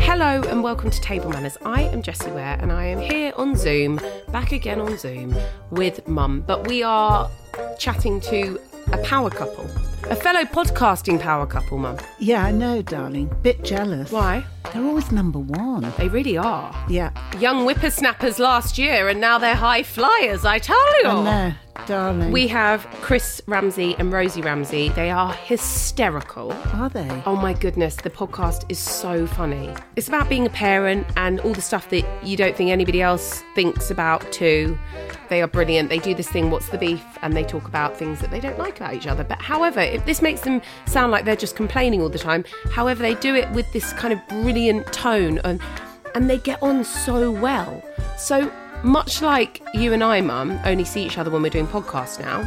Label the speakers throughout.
Speaker 1: Hello and welcome to Table Manners. I am Jessie Ware and I am here on Zoom, back again on Zoom with Mum. But we are chatting to a power couple, a fellow podcasting power couple, Mum.
Speaker 2: Yeah, I know, darling. Bit jealous.
Speaker 1: Why?
Speaker 2: They're always number one.
Speaker 1: They really are.
Speaker 2: Yeah.
Speaker 1: Young whippersnappers last year and now they're high flyers, I tell you.
Speaker 2: I know, darling.
Speaker 1: We have Chris Ramsey and Rosie Ramsey. They are hysterical.
Speaker 2: are they?
Speaker 1: Oh my goodness, the podcast is so funny. It's about being a parent and all the stuff that you don't think anybody else thinks about too. They are brilliant. They do this thing, What's the Beef? And they talk about things that they don't like about each other. But however, if this makes them sound like they're just complaining all the time, however, they do it with this kind of brilliant tone and, and they get on so well. So much like you and I, Mum, only see each other when we're doing podcasts now.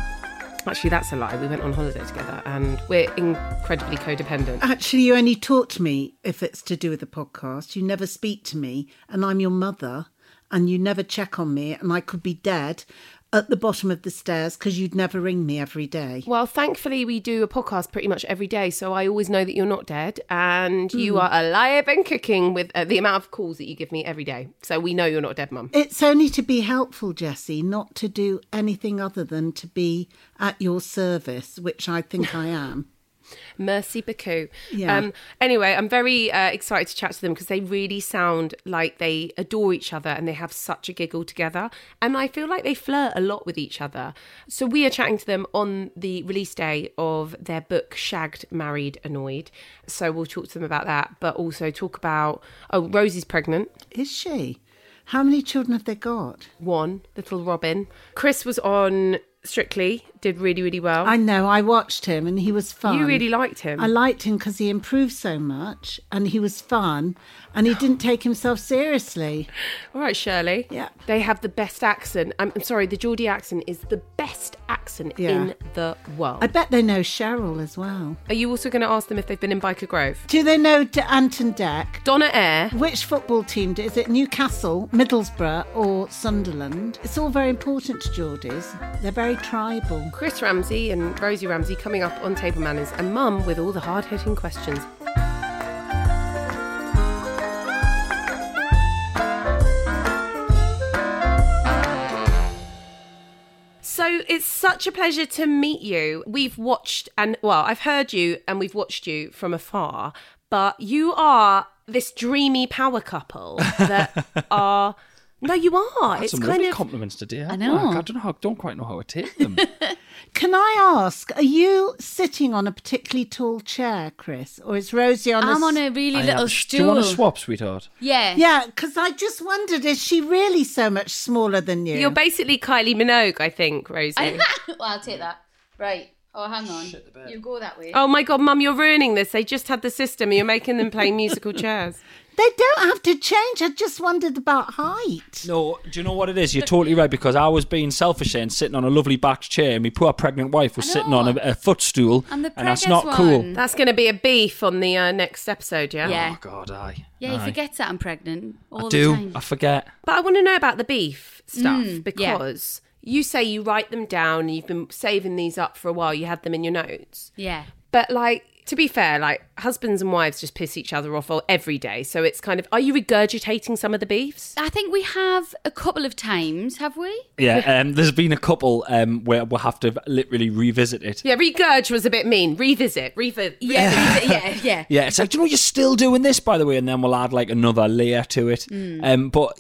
Speaker 1: Actually, that's a lie. We went on holiday together and we're incredibly codependent.
Speaker 2: Actually, you only talk to me if it's to do with the podcast. You never speak to me, and I'm your mother, and you never check on me, and I could be dead at the bottom of the stairs because you'd never ring me every day.
Speaker 1: Well, thankfully, we do a podcast pretty much every day, so I always know that you're not dead and you are alive and kicking with uh, the amount of calls that you give me every day. So we know you're not dead, Mum.
Speaker 2: It's only to be helpful, Jessie, not to do anything other than to be at your service, which I think I am.
Speaker 1: Mercy Baku.
Speaker 2: Yeah.
Speaker 1: Um, anyway, I'm very uh, excited to chat to them because they really sound like they adore each other and they have such a giggle together. And I feel like they flirt a lot with each other. So we are chatting to them on the release day of their book, Shagged, Married, Annoyed. So we'll talk to them about that, but also talk about, oh, Rosie's pregnant.
Speaker 2: Is she? How many children have they got?
Speaker 1: one, Little Robin. Chris was on Strictly, did really, really well.
Speaker 2: I know. I watched him, and he was fun.
Speaker 1: You really liked him.
Speaker 2: I liked him because he improved so much, and he was fun, and he didn't take himself seriously.
Speaker 1: All right, Shirley.
Speaker 2: Yeah.
Speaker 1: They have the best accent. I'm, I'm sorry, the Geordie accent is the best accent
Speaker 2: Yeah.
Speaker 1: in the world.
Speaker 2: I bet they know Cheryl as well.
Speaker 1: Are you also going to ask them if they've been in Biker Grove?
Speaker 2: Do they know D- Anton Deck?
Speaker 1: Donna Eyre.
Speaker 2: Which football team do, is it? Newcastle, Middlesbrough, or Sunderland? It's all very important to Geordies. They're very tribal.
Speaker 1: Chris Ramsey and Rosie Ramsey coming up on Table Manners, and Mum with all the hard hitting questions. So it's such a pleasure to meet you. We've watched and, well, I've heard you and we've watched you from afar, but you are this dreamy power couple that are. No, you are.
Speaker 3: That's
Speaker 1: it's
Speaker 3: some
Speaker 1: kind
Speaker 3: lovely
Speaker 1: of.
Speaker 3: compliments to dear.
Speaker 4: I know.
Speaker 3: I don't know. How, don't quite know how I take them.
Speaker 2: Can I ask, are you sitting on a particularly tall chair, Chris, or is Rosie on?
Speaker 4: I'm
Speaker 2: a
Speaker 4: on
Speaker 2: s-
Speaker 4: a really
Speaker 3: I
Speaker 4: little
Speaker 3: am-
Speaker 4: stool.
Speaker 3: Do you want to swap, sweetheart?
Speaker 4: Yeah.
Speaker 2: Yeah, because I just wondered, is she really so much smaller than you?
Speaker 1: You're basically Kylie Minogue, I think, Rosie.
Speaker 4: well, I'll take that. Right. Oh, hang on. You go that way.
Speaker 1: Oh my god, mum, you're ruining this. They just had the system. You're making them play musical chairs.
Speaker 2: They don't have to change. I just wondered about height.
Speaker 3: No. Do you know what it is? You're totally right because I was being selfish and sitting on a lovely back chair, and my poor pregnant wife was
Speaker 4: I
Speaker 3: sitting
Speaker 4: know.
Speaker 3: on a, a footstool,
Speaker 4: I'm the
Speaker 3: that's not
Speaker 4: preggers
Speaker 3: cool.
Speaker 4: one.
Speaker 1: That's going to be a beef on the uh, next episode, yeah?
Speaker 4: Yeah.
Speaker 3: Oh God, I.
Speaker 4: Yeah, you forget that I'm pregnant all
Speaker 3: I
Speaker 4: the
Speaker 3: do.
Speaker 4: time.
Speaker 3: I forget.
Speaker 1: But I want to know about the beef stuff
Speaker 4: Mm, yeah.
Speaker 1: because you say you write them down and you've been saving these up for a while. You had them in your notes.
Speaker 4: yeah.
Speaker 1: But like to be fair, like husbands and wives just piss each other off all- every day. So it's kind of, are you regurgitating some of the beefs?
Speaker 4: I think we have a couple of times, have we?
Speaker 3: Yeah, um, there's been a couple um, where we'll have to literally revisit it.
Speaker 1: Yeah, regurg was a bit mean. Revisit, revisit.
Speaker 4: Yeah, yeah, yeah.
Speaker 3: Yeah, it's like, do you know you're still doing this, by the way? And then we'll add like another layer to it. Um, but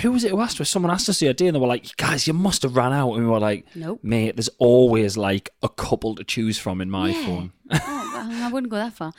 Speaker 3: who was it who asked us? Someone asked us the idea, and they were like, guys, you must have ran out. And we were like,
Speaker 4: Nope.
Speaker 3: mate, there's always like a couple to choose from in my phone.
Speaker 4: Oh, well, I wouldn't go that far.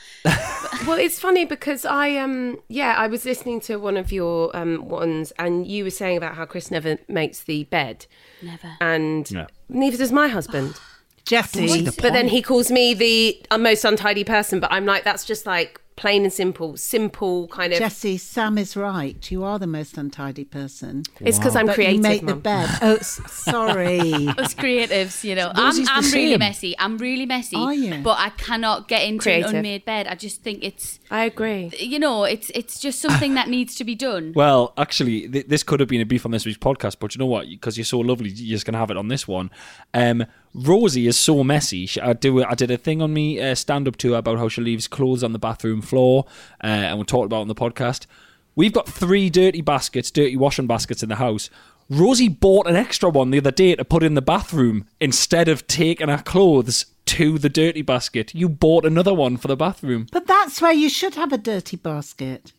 Speaker 1: Well, it's funny because I um yeah, I was listening to one of your um ones and you were saying about how Chris never makes the bed. Never. And
Speaker 3: Yeah.
Speaker 1: neither does my husband.
Speaker 2: Jesse,
Speaker 1: but then he calls me the uh, most untidy person, but I'm like that's just like plain and simple, simple kind of
Speaker 2: Jesse, Sam is right. You are the most untidy person.
Speaker 1: It's because I'm
Speaker 2: But
Speaker 1: creative.
Speaker 2: you make the
Speaker 1: Mum.
Speaker 2: bed. Oh, s- sorry.
Speaker 4: Us creatives, you know,
Speaker 3: Yours
Speaker 4: I'm,
Speaker 3: is the
Speaker 4: I'm really
Speaker 3: same.
Speaker 4: messy. I'm really messy.
Speaker 2: Are you?
Speaker 4: But I cannot get into
Speaker 1: Creative.
Speaker 4: an unmade bed. I just think it's,
Speaker 1: I agree.
Speaker 4: you know, it's it's just something that needs to be done.
Speaker 3: Well, actually, th- this could have been a beef on this week's podcast, but you know what? Because you're so lovely, you're just gonna have it on this one. Um, Rosie is so messy. She, I do. I did a thing on me uh, stand up to her about how she leaves clothes on the bathroom floor, uh, and we talked about it on the podcast. We've got three dirty baskets, dirty washing baskets in the house. Rosie bought an extra one the other day to put in the bathroom instead of taking her clothes to the dirty basket. You bought another one for the bathroom.
Speaker 2: but that's where you should have a dirty basket.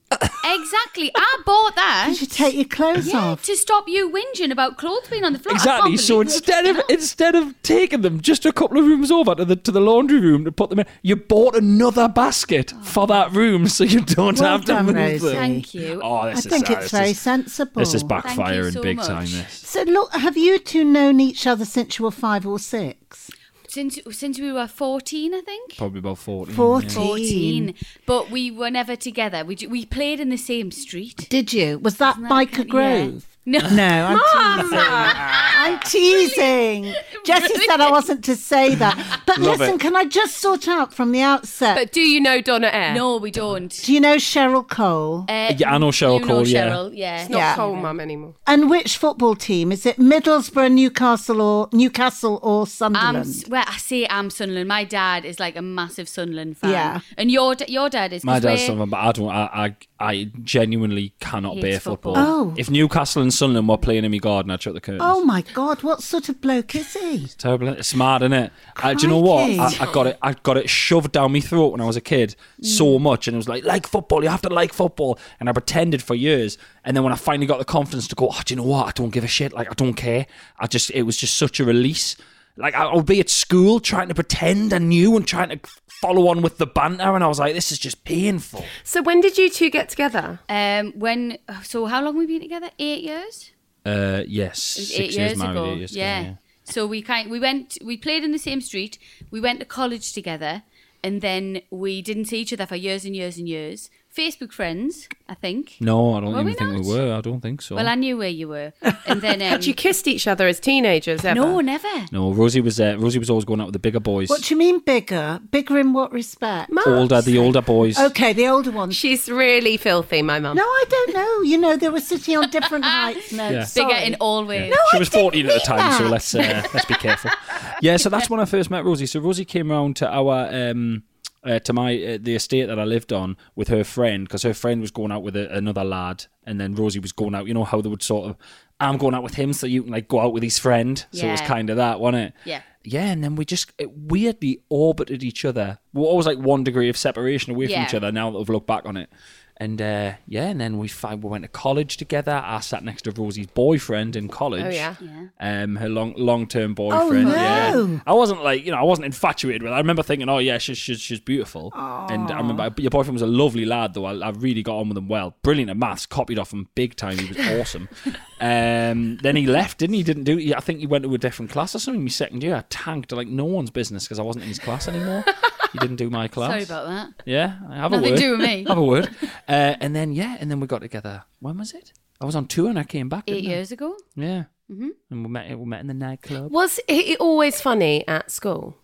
Speaker 4: Exactly. I bought that.
Speaker 2: You should take your clothes
Speaker 4: Yeah,
Speaker 2: off.
Speaker 4: to stop you whinging about clothes being on the floor. I
Speaker 3: Exactly.
Speaker 4: can't
Speaker 3: So
Speaker 4: believe you
Speaker 3: instead of
Speaker 4: picked it up.
Speaker 3: instead of taking them just a couple of rooms over to the to the laundry room to put them in, you bought another basket for that room, so you don't
Speaker 2: Oh. Well
Speaker 3: have to
Speaker 2: done,
Speaker 3: move
Speaker 2: Rosie.
Speaker 3: them.
Speaker 4: thank you.
Speaker 3: Oh, this
Speaker 2: I
Speaker 3: is
Speaker 2: think
Speaker 3: uh,
Speaker 2: it's
Speaker 3: this
Speaker 2: very
Speaker 3: is-
Speaker 2: sensible.
Speaker 3: This is backfiring
Speaker 4: so
Speaker 3: big
Speaker 4: much.
Speaker 3: time. This.
Speaker 2: So, look, have you two known each other since you were five or six?
Speaker 4: since since we were 14, I think.
Speaker 3: Probably about fourteen.
Speaker 2: Fourteen.
Speaker 4: 14. But we were never together. We, ju- we played in the same street.
Speaker 2: Did you? Was that Micah
Speaker 4: kind- yeah.
Speaker 2: Grove?
Speaker 4: No.
Speaker 2: No, I'm teasing. I'm teasing. Jesse said I wasn't to say that. But
Speaker 3: Love
Speaker 2: listen,
Speaker 3: it.
Speaker 2: can I just sort out from the outset?
Speaker 1: But do you know Donna Eyre?
Speaker 4: No, we don't.
Speaker 2: do you know Cheryl Cole?
Speaker 4: Uh,
Speaker 3: Yeah, I know Cheryl
Speaker 4: you
Speaker 3: Cole,
Speaker 4: Know
Speaker 3: yeah.
Speaker 4: Cheryl, yeah.
Speaker 1: It's not
Speaker 2: Yeah.
Speaker 1: Cole Mum anymore.
Speaker 2: and which football team? Is it Middlesbrough, Newcastle or Newcastle or
Speaker 4: I'm,
Speaker 1: Um,
Speaker 2: Sunderland?
Speaker 4: s- well, I say I'm Sunderland. My dad is like a massive Sunderland fan.
Speaker 2: Yeah.
Speaker 4: And your da- your dad is. 'cause
Speaker 3: My dad's
Speaker 4: we're-
Speaker 3: something, but I don't. I I, I genuinely cannot
Speaker 4: Hates
Speaker 3: bear football.
Speaker 2: football. Oh.
Speaker 3: If Newcastle and Sunderland were playing in my garden, I'd shut the curtains.
Speaker 2: oh my god, what sort of bloke is he?
Speaker 3: Terrible. It's mad, isn't it? Uh, do you know what? I, I got it. I got it shoved down my throat when I was a kid
Speaker 4: Mm.
Speaker 3: so much, and it was like, like football. You have to like football, and I pretended for years. And then when I finally got the confidence to go, oh, do you know what? I don't give a shit. Like I don't care. I just it was just such a release. Like I, I would be at school trying to pretend I knew and trying to follow on with the banter, and I was like, this is just painful.
Speaker 1: So when did you two get together?
Speaker 4: Um, when so how long we been together? Eight years.
Speaker 3: Uh, yes,
Speaker 4: It was
Speaker 3: six
Speaker 4: eight
Speaker 3: years
Speaker 4: years
Speaker 3: married,
Speaker 4: ago.
Speaker 3: eight years ago,
Speaker 4: yeah. So we kind we went we played in the same street. We went to college together, and then we didn't see each other for years and years and years. Facebook friends, I think.
Speaker 3: No, I don't
Speaker 4: Were
Speaker 3: even
Speaker 4: we
Speaker 3: think
Speaker 4: not?
Speaker 3: we were. I don't think so.
Speaker 4: Well, I knew where you were, and then um,
Speaker 1: Had you kissed each other as teenagers ever?
Speaker 4: no, never.
Speaker 3: no, Rosie was uh, Rosie was always going out with the bigger boys.
Speaker 2: What do you mean bigger? Bigger in what respect?
Speaker 1: Mum.
Speaker 3: older, the older boys.
Speaker 2: Ah, Okay, the older ones.
Speaker 1: She's really filthy, my mum.
Speaker 2: No, I don't know. You know, they were sitting on different heights. No,
Speaker 3: Yeah.
Speaker 4: Bigger
Speaker 2: sorry.
Speaker 4: in all ways.
Speaker 3: she was
Speaker 2: didn't
Speaker 3: 14 at the
Speaker 2: mean
Speaker 3: time, so
Speaker 2: that.
Speaker 3: let's uh, let's be careful. Yeah, so that's when I first met Rosie. So Rosie came round to our um, uh, to my uh, the estate that I lived on with her friend because her friend was going out with a, another lad, and then Rosie was going out. You know how they would sort of, I'm going out with him, so you can like go out with his friend. So it was
Speaker 4: Yeah.
Speaker 3: kind of that, wasn't it?
Speaker 4: Yeah.
Speaker 3: Yeah, and then we just it weirdly orbited each other. We were always like one degree of separation away from
Speaker 4: Yeah.
Speaker 3: each other. Now that I've looked back on it, and uh, yeah, and then we find we went to college together. I sat next to Rosie's boyfriend in college.
Speaker 1: Oh, yeah.
Speaker 3: Um, her long long term boyfriend.
Speaker 2: no.
Speaker 3: Yeah. I wasn't like you know I wasn't infatuated with. Her. I remember thinking, oh yeah, she's she's, she's beautiful. And I remember your boyfriend was a lovely lad though. I, I really got on with him well. Brilliant at maths, copied off him big time. He was awesome. um, then he left, didn't he? Didn't do. he- I think he went to a different class or something. My second year, I tanked like no one's business because I wasn't in his class anymore. he didn't do my class.
Speaker 4: Sorry about that.
Speaker 3: Yeah, I have
Speaker 4: Nothing
Speaker 3: a word.
Speaker 4: to do with me.
Speaker 3: have a word. Uh, and then yeah, and then we got together. When was it? I was on tour and I came back.
Speaker 4: Eight
Speaker 3: didn't I?
Speaker 4: years ago.
Speaker 3: Yeah. Mm-hmm. And we met. We met in the nightclub.
Speaker 1: Was he always funny at school?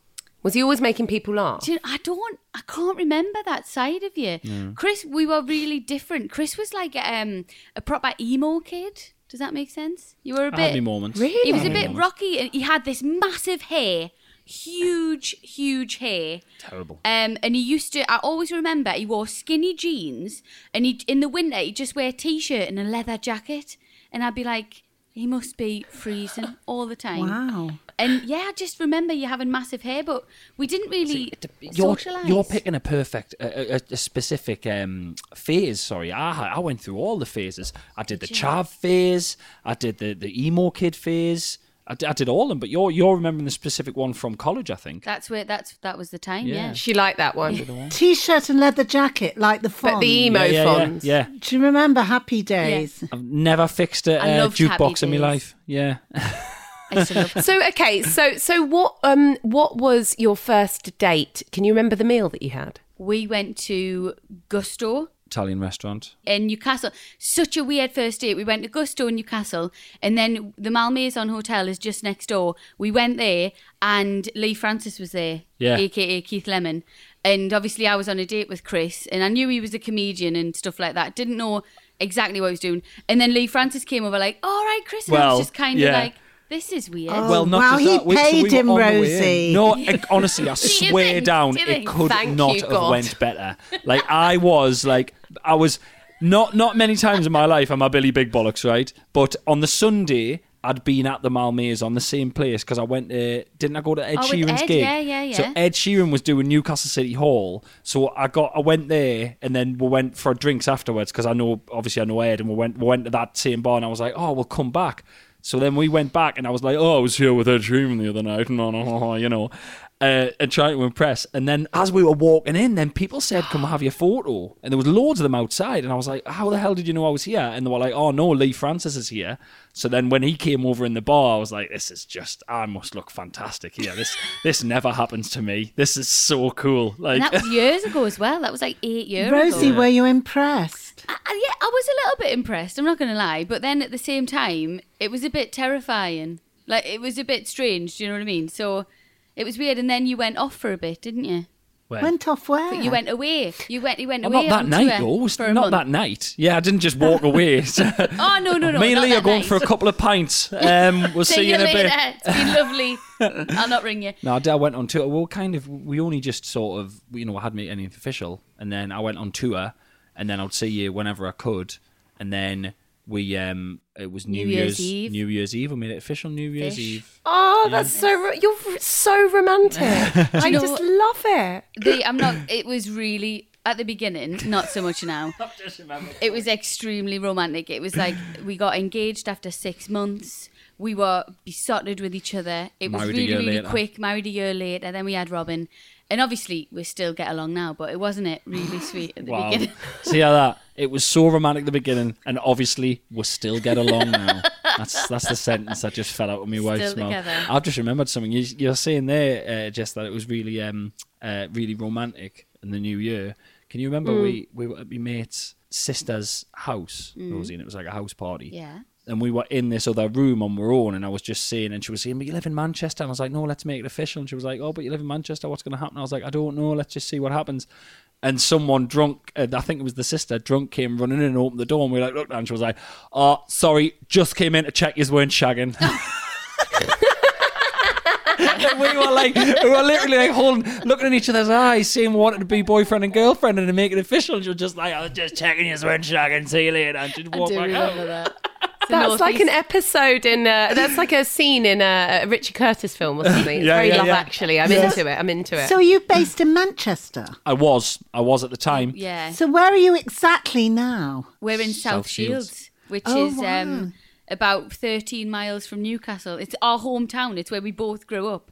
Speaker 1: Was he always making people laugh?
Speaker 4: Do you know, I don't, I can't remember that side of you. Chris, we were really different. Chris was like um, a proper emo kid. Does that make sense? You were a
Speaker 3: I had me
Speaker 4: bit.
Speaker 3: moments.
Speaker 4: He was a bit rocky and he had this massive hair huge, huge hair.
Speaker 3: Terrible.
Speaker 4: Um, and he used to. I always remember he wore skinny jeans, and he in the winter he'd just wear a t-shirt and a leather jacket, and I'd be like, he must be freezing all the time.
Speaker 2: Wow.
Speaker 4: And yeah, I just remember you having massive hair, but we didn't really
Speaker 3: You're,
Speaker 4: socialize.
Speaker 3: you're picking a perfect, a, a, a specific um, phase. Sorry, I ha- I went through all the phases. I did the chav phase. I did the, the emo kid phase. I did, I did all of them. But you're you're remembering the specific one from college, I think.
Speaker 4: That's where that's that was the time. Yeah.
Speaker 1: She liked that one.
Speaker 2: T-shirt and leather jacket, like the font.
Speaker 1: But the emo
Speaker 3: yeah, yeah, yeah,
Speaker 1: font.
Speaker 3: yeah.
Speaker 2: Do you remember Happy Days?
Speaker 3: I've never fixed a
Speaker 4: I
Speaker 3: uh,
Speaker 4: loved Happy
Speaker 3: jukebox in my
Speaker 4: Days.
Speaker 3: life. Yeah.
Speaker 4: I used to love that.
Speaker 1: So okay, so so what um what was your first date? Can you remember the meal that you had?
Speaker 4: we went to Gusto
Speaker 3: Italian restaurant.
Speaker 4: in Newcastle. Such a weird first date. We went to Gusto in Newcastle, and then the Malmaison Hotel is just next door. We went there, and Lee Francis was there,
Speaker 3: Yeah.
Speaker 4: aka Keith Lemon. And obviously, I was on a date with Chris, and I knew he was a comedian and stuff like that. Didn't know exactly what he was doing. And then Lee Francis came over, like, "All right, Chris," and I
Speaker 3: Well,
Speaker 4: was just kind of
Speaker 3: yeah.
Speaker 4: like, "This is weird."
Speaker 3: well, not
Speaker 2: wow,
Speaker 3: just
Speaker 2: he
Speaker 3: that. Wait, till
Speaker 2: paid
Speaker 3: we were
Speaker 2: him,
Speaker 3: on the way
Speaker 2: Rosie.
Speaker 3: in. No, I, honestly, I
Speaker 4: you
Speaker 3: swear
Speaker 4: think?
Speaker 3: down,
Speaker 4: Do you
Speaker 3: it
Speaker 4: think?
Speaker 3: could
Speaker 1: Thank
Speaker 3: not
Speaker 1: you,
Speaker 3: have
Speaker 1: God.
Speaker 3: went better. Like I was, like I was, not not many times in my life am I Billy Big Bollocks, right? But on the Sunday. I'd been at the Malmays on the same place because I went there. Didn't I go to Ed
Speaker 4: Oh, with
Speaker 3: Sheeran's
Speaker 4: Ed,
Speaker 3: gig?
Speaker 4: yeah, yeah,
Speaker 3: So
Speaker 4: yeah.
Speaker 3: Ed Sheeran was doing Newcastle City Hall, so I got I went there and then we went for drinks afterwards because I know obviously I know Ed and we went we went to that same bar and I was like oh we'll come back. So then we went back and I was like oh I was here with Ed Sheeran the other night no no no, no," you know uh, and trying to impress and then as we were walking in then people said come have your photo and there was loads of them outside and I was like how the hell did you know I was here and they were like oh no Lee Francis is here. So then when he came over in the bar I was like this is just I must look fantastic here this this never happens to me this is so cool like
Speaker 4: and that was years ago as well. That was like eight years ago.
Speaker 2: Rosie, were you impressed?
Speaker 4: I- I, yeah, I was a little bit impressed. I'm not going to lie, but then at the same time, it was a bit terrifying. Like it was a bit strange. Do you know what I mean? So it was weird. And then you went off for a bit, didn't you?
Speaker 2: Went off where?
Speaker 4: But you went away. You went. You went
Speaker 3: Oh, not
Speaker 4: away.
Speaker 3: that
Speaker 4: on
Speaker 3: night
Speaker 4: tour
Speaker 3: though. It was
Speaker 4: for a
Speaker 3: not that
Speaker 4: month.
Speaker 3: night. Yeah, I didn't just walk away.
Speaker 4: Oh no no no.
Speaker 3: Me and
Speaker 4: not
Speaker 3: Lee are
Speaker 4: that
Speaker 3: going
Speaker 4: night.
Speaker 3: for a couple of pints. Um, we'll see,
Speaker 4: See
Speaker 3: you in a
Speaker 4: later.
Speaker 3: bit.
Speaker 4: It's been lovely. I'll not ring you.
Speaker 3: No, I did- I went on tour. Well, kind of. We only just sort of, you know, I hadn't made anything official, and then I went on tour, and then I'd see you whenever I could, and then we, um, it was New,
Speaker 4: New Year's Eve.
Speaker 3: New Year's Eve. I made it official. New Year's
Speaker 4: Fish.
Speaker 3: Eve.
Speaker 1: Oh, that's so ro- you're r- so romantic. I
Speaker 4: know
Speaker 1: just
Speaker 4: what-
Speaker 1: love it.
Speaker 4: The, I'm not. It was really at the beginning, not so much now. It was extremely romantic. It was like we got engaged after six months. We were besotted with each other. It was
Speaker 3: Married a
Speaker 4: really,
Speaker 3: year
Speaker 4: really
Speaker 3: later.
Speaker 4: quick. Married a year later. Then we had Robin, and obviously we still get along now. But it wasn't it really sweet at the
Speaker 3: Wow.
Speaker 4: beginning.
Speaker 3: See how that? It was so romantic at the beginning, and obviously we still get along now. That's that's the sentence that just fell out of my wife's mouth.
Speaker 4: together.
Speaker 3: I've just remembered something. You, you're saying there, uh, Jess, that it was really, um, uh, really romantic in the new year. Can you remember we we were at my mate's sister's house, Rosie, and it was like a house party
Speaker 4: yeah.
Speaker 3: and we were in this other room on our own, and I was just saying, and she was saying, "But you live in Manchester," and I was like, "No, let's make it official." And she was like, "Oh, but you live in Manchester. What's going to happen?" I was like, "I don't know. Let's just see what happens." And someone drunk, uh, I think it was the sister, drunk came running in and opened the door, and we were like, "Look," and she was like, "Oh, sorry, just came in to check you weren't shagging." and we were like, we were literally like holding, looking in each other's eyes, saying we wanted to be boyfriend and girlfriend, and to make it official. And she was just like, "I was just checking you weren't shagging. See you later." And she'd
Speaker 4: I
Speaker 3: walk
Speaker 4: do
Speaker 3: back out.
Speaker 4: remember that. It's the
Speaker 1: That's like
Speaker 4: Northeast.
Speaker 1: an episode in uh that's like a scene in uh, a, a Richard Curtis film or something. It's
Speaker 3: Yeah,
Speaker 1: very
Speaker 3: yeah,
Speaker 1: love
Speaker 3: yeah.
Speaker 1: actually. I'm into it. I'm into it.
Speaker 2: So are you based in Manchester?
Speaker 3: I was. I was at the time.
Speaker 4: yeah.
Speaker 2: So where are you exactly now?
Speaker 4: We're in South,
Speaker 3: South Shields.
Speaker 4: Shields, which
Speaker 2: Oh,
Speaker 4: is
Speaker 2: wow.
Speaker 4: um, about 13 miles from Newcastle. It's our hometown. It's where we both grew up.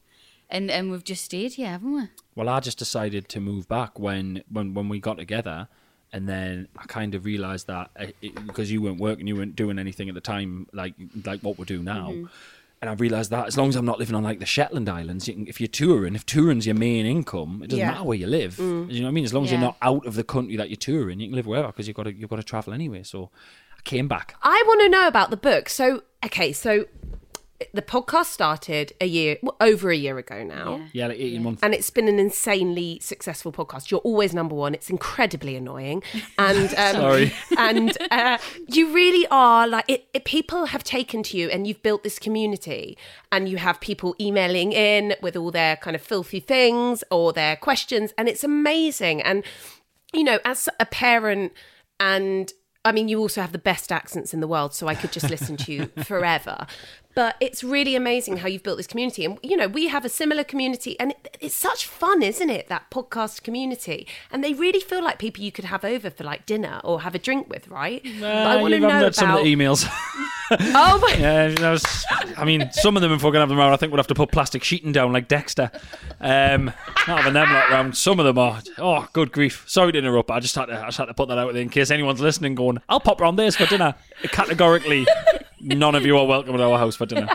Speaker 4: And, and we've just stayed here, haven't we?
Speaker 3: Well, I just decided to move back when when when we got together, and then I kind of realised that uh, it, because you weren't working, you weren't doing anything at the time, like like what we do now. And I realised that as long as I'm not living on like the Shetland Islands, you can, if you're touring, if touring's your main income, it doesn't
Speaker 2: Yeah.
Speaker 3: matter where you live. You know what I mean? As long as
Speaker 4: Yeah.
Speaker 3: you're not out of the country that you're touring, you can live wherever because you've got to you've got to travel anyway. So I came back.
Speaker 1: I want to know about the book. So okay, so the podcast started a year well, over a year ago now.
Speaker 3: Yeah, like 18 months.
Speaker 1: And it's been an insanely successful podcast. You're always number one. It's incredibly annoying, and um,
Speaker 3: Sorry.
Speaker 1: and uh, you really are like it, it. People have taken to you, and you've built this community, and you have people emailing in with all their kind of filthy things or their questions, and it's amazing. And you know, as a parent, and I mean, you also have the best accents in the world, so I could just listen to you forever. But it's really amazing how you've built this community. And, you know, we have a similar community, and it, it's such fun, isn't it? That podcast community. And they really feel like people you could have over for like dinner or have a drink with, right? but I
Speaker 3: Uh,
Speaker 1: want to
Speaker 3: you've- I've
Speaker 1: know
Speaker 3: read some of
Speaker 1: about.
Speaker 3: the emails.
Speaker 1: Oh, my.
Speaker 3: yeah, that was, I mean, some of them, if we're going to have them around, I think we'll have to put plastic sheeting down like Dexter. Um, not having them lot round. Some of them are. Oh, good grief. Sorry to interrupt, but I just had to, I just had to put that out there in case anyone's listening going, I'll pop round this for dinner. Categorically, none of you are welcome at our house for dinner.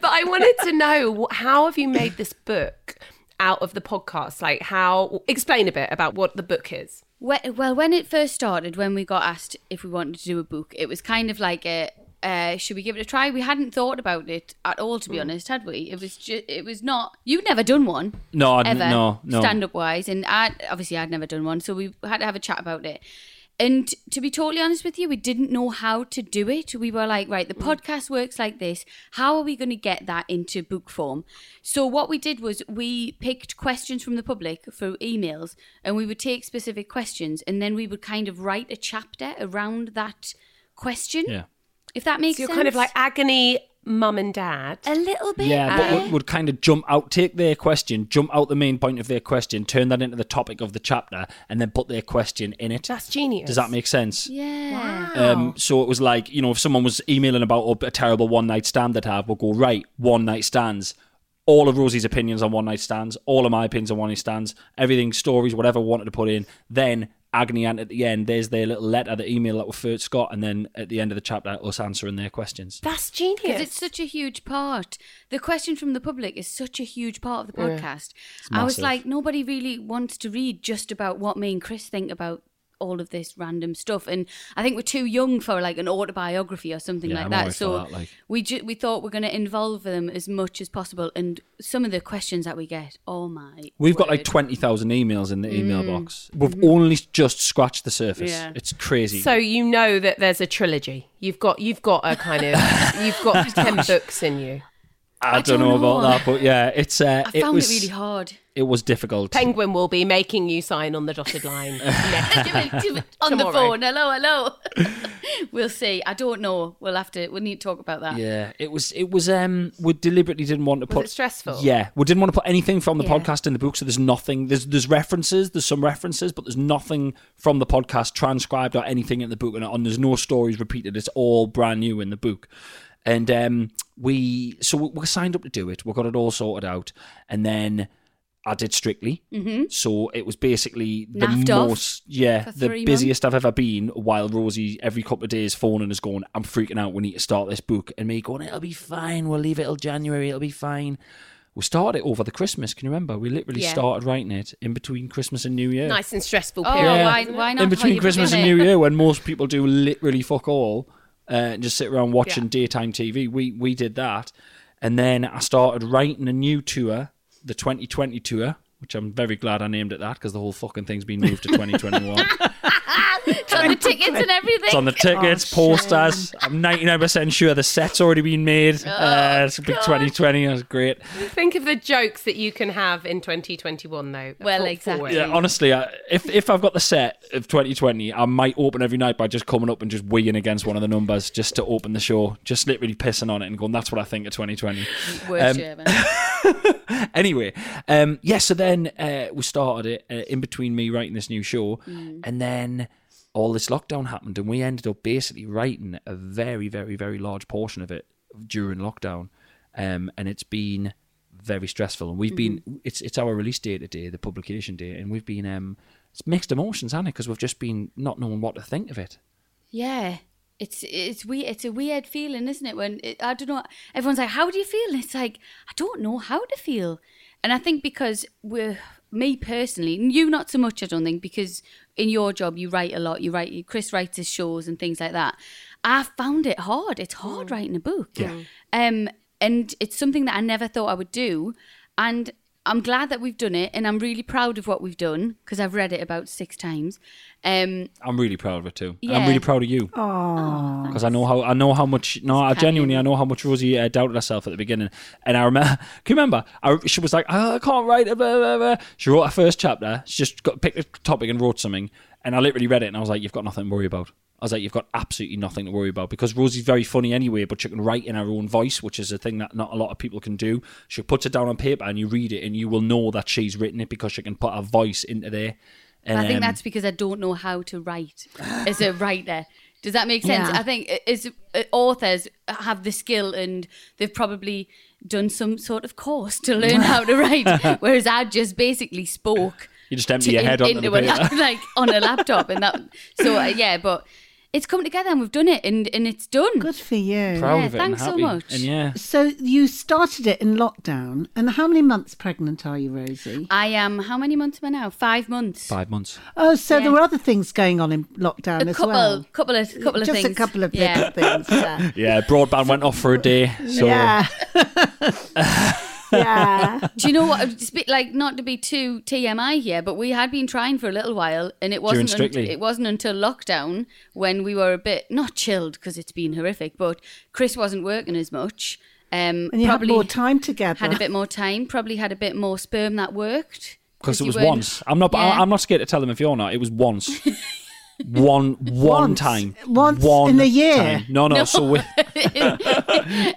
Speaker 1: but I wanted to know wh- how have you made this book out of the podcast? Like, how. Explain a bit about what the book is.
Speaker 4: When, well, when it first started, when we got asked if we wanted to do a book, it was kind of like a. Uh, should we give it a try? We hadn't thought about it at all, to be honest, had we? It was just, it was not. You've never done one.
Speaker 3: No, I'd-
Speaker 4: ever,
Speaker 3: no, no.
Speaker 4: Stand up wise, and I obviously I'd never done one, so we had to have a chat about it. And to be totally honest with you, we didn't know how to do it. We were like, right, the podcast works like this. How are we going to get that into book form? So, what we did was we picked questions from the public through emails and we would take specific questions and then we would kind of write a chapter around that question.
Speaker 3: Yeah.
Speaker 4: If that makes
Speaker 1: So you're
Speaker 4: sense.
Speaker 1: kind of like agony mum and dad.
Speaker 4: a little bit.
Speaker 3: Yeah, but
Speaker 4: yeah.
Speaker 3: would, would kind of jump out, take their question, jump out the main point of their question, turn that into the topic of the chapter, and then put their question in it.
Speaker 1: That's genius.
Speaker 3: Does that make sense?
Speaker 4: Yeah.
Speaker 3: Um, so it was like, you know, if someone was emailing about oh, a terrible one night stand that I have, we'll go, right, one night stands. All of Rosie's opinions on one night stands, all of my opinions on one night stands, everything, stories, whatever I wanted to put in. Then Agni Ant at the end, there's their little letter, the email that we first got, and then at the end of the chapter, us answering their questions.
Speaker 1: That's genius.
Speaker 4: because it's such a huge part. The question from the public is such a huge part of the podcast. I was
Speaker 3: massive.
Speaker 4: like, nobody really wants to read just about what me and Chris think about all of this random stuff, and I think we're too young for like an autobiography or something
Speaker 3: Yeah,
Speaker 4: like
Speaker 3: I'm
Speaker 4: that.
Speaker 3: always for
Speaker 4: So
Speaker 3: that, like-
Speaker 4: we ju- we thought we're going to involve them as much as possible, and some of the questions that we get, oh my,
Speaker 3: We've got
Speaker 4: word.
Speaker 3: like 20,000 emails in the email box. We've only just scratched the surface.
Speaker 4: Yeah.
Speaker 3: It's crazy.
Speaker 1: So you know that there's a trilogy. You've got you've got a kind of you've
Speaker 3: Oh
Speaker 1: got ten books in you.
Speaker 3: I, don't know, about that, but yeah, it's uh,
Speaker 4: I
Speaker 3: it
Speaker 4: found
Speaker 3: was
Speaker 4: it really hard.
Speaker 3: it was difficult.
Speaker 1: Penguin will be making you sign on the dotted line.
Speaker 4: on the
Speaker 1: Tomorrow.
Speaker 4: phone, hello, hello. we'll see. I don't know. We'll have to. We need to talk about that.
Speaker 3: Yeah, it was. It was. Um, we deliberately didn't want to put
Speaker 1: it stressful?
Speaker 3: Yeah, we didn't want to put anything from the
Speaker 4: Yeah.
Speaker 3: podcast in the book. So there's nothing. There's there's references. There's some references, but there's nothing from the podcast transcribed or anything in the book. And, and there's no stories repeated. It's all brand new in the book. And um, we so we, we signed up to do it. We got it all sorted out, and then. I did strictly, mm-hmm. so it was basically the
Speaker 4: Naffed off
Speaker 3: most, yeah, the
Speaker 4: for
Speaker 3: busiest
Speaker 4: three months.
Speaker 3: busiest I've ever been. While Rosie every couple of days phoning us going, "I'm freaking out. We need to start this book," and me going, "It'll be fine. We'll leave it till January. It'll be fine." We started it over the Christmas. Can you remember? We literally
Speaker 4: Yeah.
Speaker 3: started writing it in between Christmas and New Year.
Speaker 1: Nice and stressful
Speaker 4: Oh,
Speaker 1: period.
Speaker 4: why, why not?
Speaker 3: in between
Speaker 4: Hollywood
Speaker 3: Christmas and
Speaker 4: Village?
Speaker 3: New Year, when most people do literally fuck all uh, and just sit around watching daytime TV, we we did that, and then I started writing a new tour, the 2020 tour, which I'm very glad I named it that because the whole fucking thing's been moved to 2021.
Speaker 4: It's on the tickets and everything.
Speaker 3: It's on the tickets, posters. I'm 99% sure the set's already been made. uh, it's a big 2020. That's great.
Speaker 1: Think of the jokes that you can have in 2021, though.
Speaker 4: Well,
Speaker 1: Thought
Speaker 4: exactly.
Speaker 1: forward.
Speaker 3: Yeah, honestly, I, if if I've got the set of 2020, I might open every night by just coming up and just weeing against one of the numbers just to open the show. Just literally pissing on it and going, that's what I think of 2020.
Speaker 4: Worst year, man.
Speaker 3: anyway, um, yeah. So then uh, we started it uh, in between me writing this new show, and then all this lockdown happened, and we ended up basically writing a very, very, very large portion of it during lockdown, um, and it's been very stressful. And we've been it's it's our release day today, the publication day, and we've been um, it's mixed emotions, Anna, because we've just been not knowing what to think of it.
Speaker 4: Yeah. It's it's weird. It's a weird feeling, isn't it? When it, I don't know, everyone's like, "How do you feel?" And it's like I don't know how to feel, and I think because we're me personally, and you not so much. I don't think because in your job you write a lot. You write. Chris writes his shows and things like that. I found it hard. It's hard writing a book. Yeah. Um, and it's something that I never thought I would do. And I'm glad that we've done it. And I'm really proud of what we've done because I've read it about six times. Um,
Speaker 3: I'm really proud of it too. And I'm
Speaker 4: Yeah.
Speaker 3: really proud of you. because I know how I know how much. No, I genuinely I know how much Rosie uh, doubted herself at the beginning. And I remember, can you remember? I, she was like, oh, I can't write. Blah, blah, blah. She wrote her first chapter. She just got picked a topic and wrote something. And I literally read it and I was like, you've got nothing to worry about. I was like, you've got absolutely nothing to worry about because Rosie's very funny anyway, but she can write in her own voice, which is a thing that not a lot of people can do. She puts it down on paper and you read it and you will know that she's written it because she can put her voice into there. And,
Speaker 4: I think
Speaker 3: um,
Speaker 4: that's because I don't know how to write as a writer. Does that make sense?
Speaker 2: Yeah.
Speaker 4: I think i- is uh, authors have the skill and they've probably done some sort of course to learn how to write, whereas I just basically spoke.
Speaker 3: You just empty
Speaker 4: to-
Speaker 3: your head onto the
Speaker 4: a
Speaker 3: paper.
Speaker 4: lap- like on a laptop, and that. So uh, yeah, but it's come together and we've done it, and and it's done.
Speaker 2: Good for you.
Speaker 3: proud
Speaker 4: Yeah,
Speaker 3: of it
Speaker 4: thanks so
Speaker 3: and happy.
Speaker 4: much.
Speaker 3: And yeah,
Speaker 2: So you started it in lockdown, and how many months pregnant are you, Rosie?
Speaker 4: I am. How many months am I now? Five months.
Speaker 3: five months.
Speaker 2: Oh, so
Speaker 4: Yeah.
Speaker 2: there were other things going on in lockdown
Speaker 4: A
Speaker 2: as
Speaker 4: couple,
Speaker 2: well.
Speaker 4: couple of, couple of
Speaker 2: Just
Speaker 4: things.
Speaker 2: a couple of
Speaker 4: yeah.
Speaker 2: little things. Yeah.
Speaker 3: Yeah, broadband went off for a day. So
Speaker 2: Yeah. yeah.
Speaker 4: Do you know what? It's a bit like not to be too TMI here, but we had been trying for a little while, and it wasn't. un-
Speaker 3: Strictly.
Speaker 4: it wasn't until lockdown when we were a bit not chilled because it's been horrific, but Chris wasn't working as much. Um,
Speaker 2: And you had
Speaker 4: probably
Speaker 2: more time together.
Speaker 4: had a bit more time. Probably had a bit more sperm that worked
Speaker 3: because it
Speaker 4: you
Speaker 3: was
Speaker 4: weren't-
Speaker 3: once. I'm not. I,
Speaker 4: Yeah.
Speaker 3: I'm not scared to tell them if you're not. It was once. one one
Speaker 2: Once.
Speaker 3: time.
Speaker 2: Once
Speaker 3: One
Speaker 2: in a year.
Speaker 3: time. No, no. So we,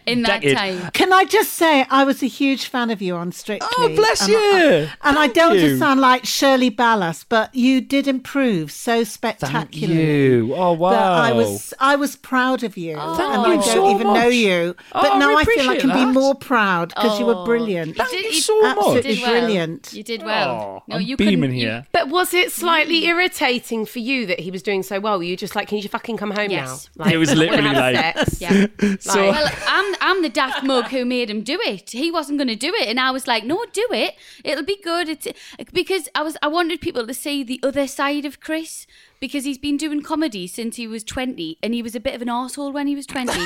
Speaker 4: in that
Speaker 3: Decade.
Speaker 4: time.
Speaker 2: Can I just say I was a huge fan of you on Strictly.
Speaker 3: oh, bless
Speaker 2: and
Speaker 3: you.
Speaker 2: I, and I
Speaker 3: Thank
Speaker 2: don't
Speaker 3: you.
Speaker 2: just sound like Shirley Ballas, but you did improve so
Speaker 3: Thank
Speaker 2: spectacularly.
Speaker 3: you. Oh wow.
Speaker 2: that I was I was proud of you, and I
Speaker 3: Oh, you
Speaker 2: don't
Speaker 3: so
Speaker 2: even know
Speaker 3: much.
Speaker 2: you.
Speaker 3: Oh,
Speaker 2: But
Speaker 3: I
Speaker 2: now I feel I
Speaker 3: appreciate
Speaker 2: can
Speaker 3: that. Oh.
Speaker 2: be more proud because you were brilliant.
Speaker 3: Thank you so much.
Speaker 2: absolutely brilliant.
Speaker 4: You did well.
Speaker 3: Oh, I'm beaming
Speaker 4: couldn't- you-
Speaker 3: here.
Speaker 1: But was it slightly
Speaker 4: Mm.
Speaker 1: irritating for you that he was doing so well? Were you just like, can you just fucking come home
Speaker 4: Yes.
Speaker 1: now? Like,
Speaker 3: It was
Speaker 1: I wanna
Speaker 3: literally
Speaker 1: have
Speaker 3: like-
Speaker 1: sex.
Speaker 4: Yeah.
Speaker 3: So-
Speaker 4: well, I'm I'm the daft mug who made him do it. He wasn't going to do it, and I was like, "No, do it. It'll be good." It's because I was I wanted people to see the other side of Chris because he's been doing comedy since he was 20, and he was a bit of an asshole when he was 20,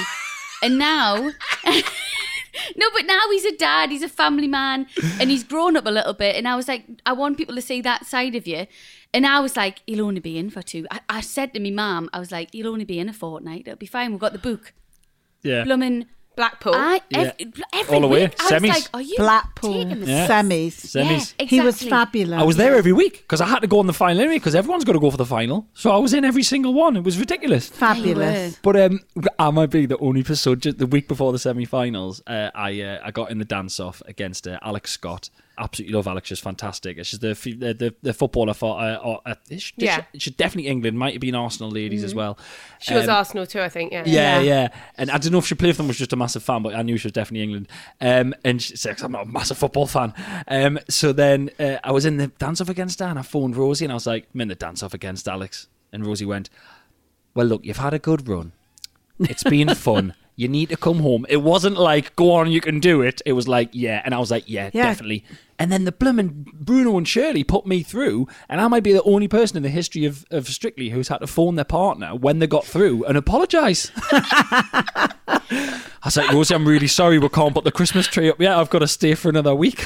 Speaker 4: and now. No, but now he's a dad, he's a family man, and he's grown up a little bit. And I was like, I want people to see that side of you. And I was like, he'll only be in for two. I, I said to me mum, I was like, he'll only be in a fortnight. It'll be fine. We've got the book.
Speaker 3: yeah.
Speaker 4: Blooming.
Speaker 1: Blackpool.
Speaker 4: I, ev-
Speaker 3: Yeah.
Speaker 4: every
Speaker 3: All the way.
Speaker 4: week, I was
Speaker 3: Semis.
Speaker 4: like, are you
Speaker 2: Blackpool
Speaker 4: taking the
Speaker 3: Yeah.
Speaker 2: semis.
Speaker 3: Semis.
Speaker 4: Yeah,
Speaker 2: He was
Speaker 4: exactly.
Speaker 2: fabulous.
Speaker 3: I was there every week because I had to go on the final anyway because everyone's got to go for the final. So I was in every single one. It was ridiculous.
Speaker 2: fabulous.
Speaker 3: But um, I might be the only person. Just the week before the semi-finals, uh, I uh, I got in the dance-off against uh, Alex Scott. Absolutely love Alex. She's fantastic. She's the fe- the, the, the footballer for uh, uh, uh, she-
Speaker 1: Yeah.
Speaker 3: she- she's definitely England. Might have been Arsenal ladies as well.
Speaker 1: she was
Speaker 3: Um,
Speaker 1: Arsenal too, I think. Yeah.
Speaker 3: yeah, yeah, And I didn't know if she played for them. Was just a massive fan, but I knew she was definitely England. Um, and she said, "I'm not a massive football fan." Um, so then uh, I was in the dance off against her, and I phoned Rosie, and I was like, "I'm in the dance off against Alex." And Rosie went, "Well, look, you've had a good run. It's been fun." You need to come home. It wasn't like, go on, you can do it. It was like, yeah. And I was like, yeah,
Speaker 2: Yeah.
Speaker 3: definitely. And then the bloomin' Bruno and Shirley put me through. And I might be the only person in the history of, of Strictly who's had to phone their partner when they got through and apologise. I was like, Rosie, I'm really sorry. We can't put the Christmas tree up yet. I've got to stay for another week.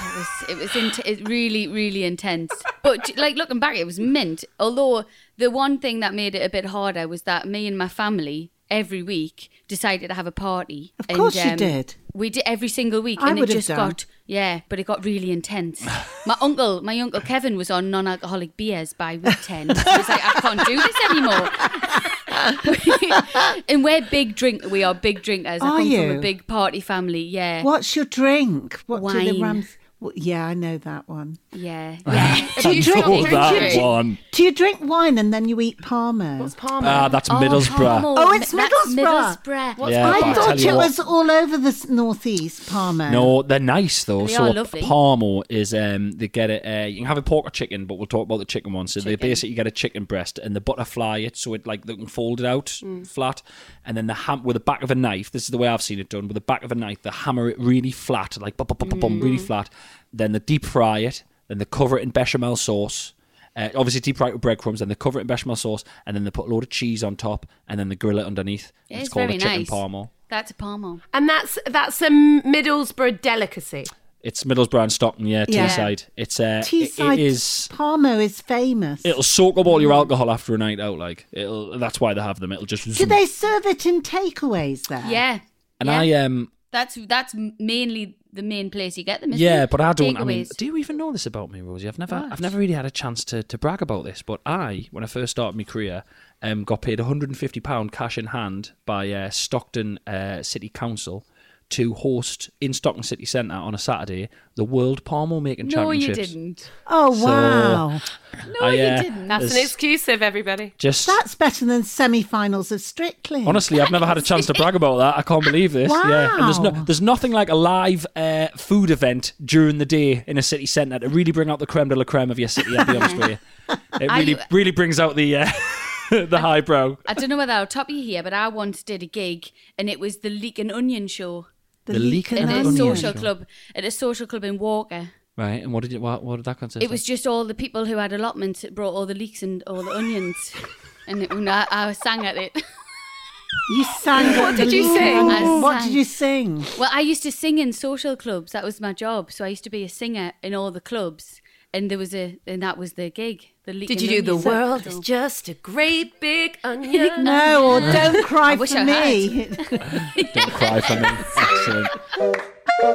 Speaker 4: It was int- it really, really intense. But like looking back, it was mint. Although the one thing that made it a bit harder was that me and my family every week decided to have a party. um,
Speaker 2: Of course you did.
Speaker 4: We did every single week,
Speaker 2: I
Speaker 4: and it
Speaker 2: would have
Speaker 4: just
Speaker 2: done.
Speaker 4: got yeah, but it got really intense. My uncle, my uncle Kevin, was on non-alcoholic beers by week ten. He was like, I can't do this anymore. and we're big drink. We are big drinkers. I
Speaker 2: Are
Speaker 4: come from
Speaker 2: you?
Speaker 4: a big party family. Yeah.
Speaker 2: What's your drink? What do the
Speaker 4: Wine.
Speaker 2: Rams? Well, yeah, I know that one.
Speaker 4: Yeah. Yeah.
Speaker 1: Do you drink
Speaker 3: Oh,
Speaker 1: drink
Speaker 3: that
Speaker 1: it?
Speaker 3: one.
Speaker 2: Do you drink wine and then you eat Parmo?
Speaker 1: What's Palmer?
Speaker 3: Ah, that's Middlesbrough.
Speaker 4: Parmo.
Speaker 2: Oh, it's
Speaker 4: Oh, That's
Speaker 2: Middlesbrough.
Speaker 4: Middlesbrough.
Speaker 3: Yeah,
Speaker 2: I
Speaker 3: but I'll
Speaker 2: thought
Speaker 3: tell you
Speaker 2: it
Speaker 3: what.
Speaker 2: was all over the s- northeast, Parmo.
Speaker 3: No, they're nice though.
Speaker 4: They
Speaker 3: so
Speaker 4: are
Speaker 3: a
Speaker 4: lovely.
Speaker 3: parmo is um they get it. Uh, you can have a pork or chicken, but we'll talk about the chicken one. So they basically get a chicken breast and they butterfly it so it like they can fold it out
Speaker 4: Mm.
Speaker 3: flat, and then the ham with the back of a knife. This is the way I've seen it done with the back of a knife. They hammer it really flat,
Speaker 4: Mm.
Speaker 3: like bum, bum, bum, bum, bum, really flat. Then they deep fry it. Then they cover it in bechamel sauce. Uh, obviously, deep fried with breadcrumbs, and they cover it in bechamel sauce, and then they put a load of cheese on top, and then they grill it underneath.
Speaker 4: It
Speaker 3: it's
Speaker 4: is
Speaker 3: called
Speaker 4: very
Speaker 3: a chicken
Speaker 4: nice.
Speaker 3: parmo.
Speaker 4: That's a parmo.
Speaker 1: And that's that's a Middlesbrough delicacy.
Speaker 3: It's Middlesbrough and Stockton, yeah,
Speaker 2: Yeah.
Speaker 3: Teesside. It's uh, it-
Speaker 2: Teesside
Speaker 3: it is.
Speaker 2: Parmo is famous.
Speaker 3: It'll soak up all
Speaker 4: Mm.
Speaker 3: your alcohol after a night out. Like it'll. That's why they have them. It'll just.
Speaker 2: Do they serve it in takeaways there?
Speaker 4: Yeah.
Speaker 3: And
Speaker 4: yeah.
Speaker 3: I um
Speaker 4: That's that's mainly the main place you get them. Isn't
Speaker 3: yeah,
Speaker 4: it?
Speaker 3: but I don't. I mean,
Speaker 4: Takeaways.
Speaker 3: do you even know this about me, Rosie? I've never, I've
Speaker 4: What?
Speaker 3: never really had a chance to, to brag about this. But I, when I first started my career, um, got paid 150 pound cash in hand by uh, Stockton uh, City Council to host in Stockton City Centre on a Saturday the World Palmo Making
Speaker 4: no, you
Speaker 3: Championships. uh,
Speaker 4: didn't.
Speaker 2: Oh
Speaker 3: So-
Speaker 2: wow,
Speaker 4: No, you didn't.
Speaker 1: That's an
Speaker 3: there's
Speaker 1: exclusive, everybody.
Speaker 3: Just
Speaker 2: that's better than semi-finals of Strictly.
Speaker 3: Honestly, I've never had a chance to brag about that. I can't believe this. Yeah, and there's no,
Speaker 2: Wow.
Speaker 3: there's nothing like a live uh, food event during the day in a city centre to really bring out the creme de la creme of your city. I'll be honest with you, it
Speaker 4: Are
Speaker 3: really
Speaker 4: you-
Speaker 3: really brings out the uh, the highbrow.
Speaker 4: I don't know whether I'll top you here, but I once did a gig, and it was the Leek and Onion show
Speaker 3: the leek and
Speaker 4: at a
Speaker 3: onion
Speaker 4: social
Speaker 3: show.
Speaker 4: club at a social club in Walker.
Speaker 3: Right, and what did you, what, what did that consist?
Speaker 4: It was just all the people who had allotments that brought all the leeks and all the onions, and, it, and I, I sang at it.
Speaker 2: you sang. What
Speaker 1: did you sing?
Speaker 4: I
Speaker 2: What
Speaker 4: sang.
Speaker 2: did you sing?
Speaker 4: Well, I used to sing in social clubs. That was my job. So I used to be a singer in all the clubs, and there was a and that was the gig. The leek
Speaker 5: Did
Speaker 4: and
Speaker 5: you do the
Speaker 4: onions.
Speaker 5: world is just a great big onion?
Speaker 2: No, or don't cry
Speaker 4: wish
Speaker 2: for
Speaker 4: I
Speaker 2: me.
Speaker 3: of? Don't cry for me. Excellent.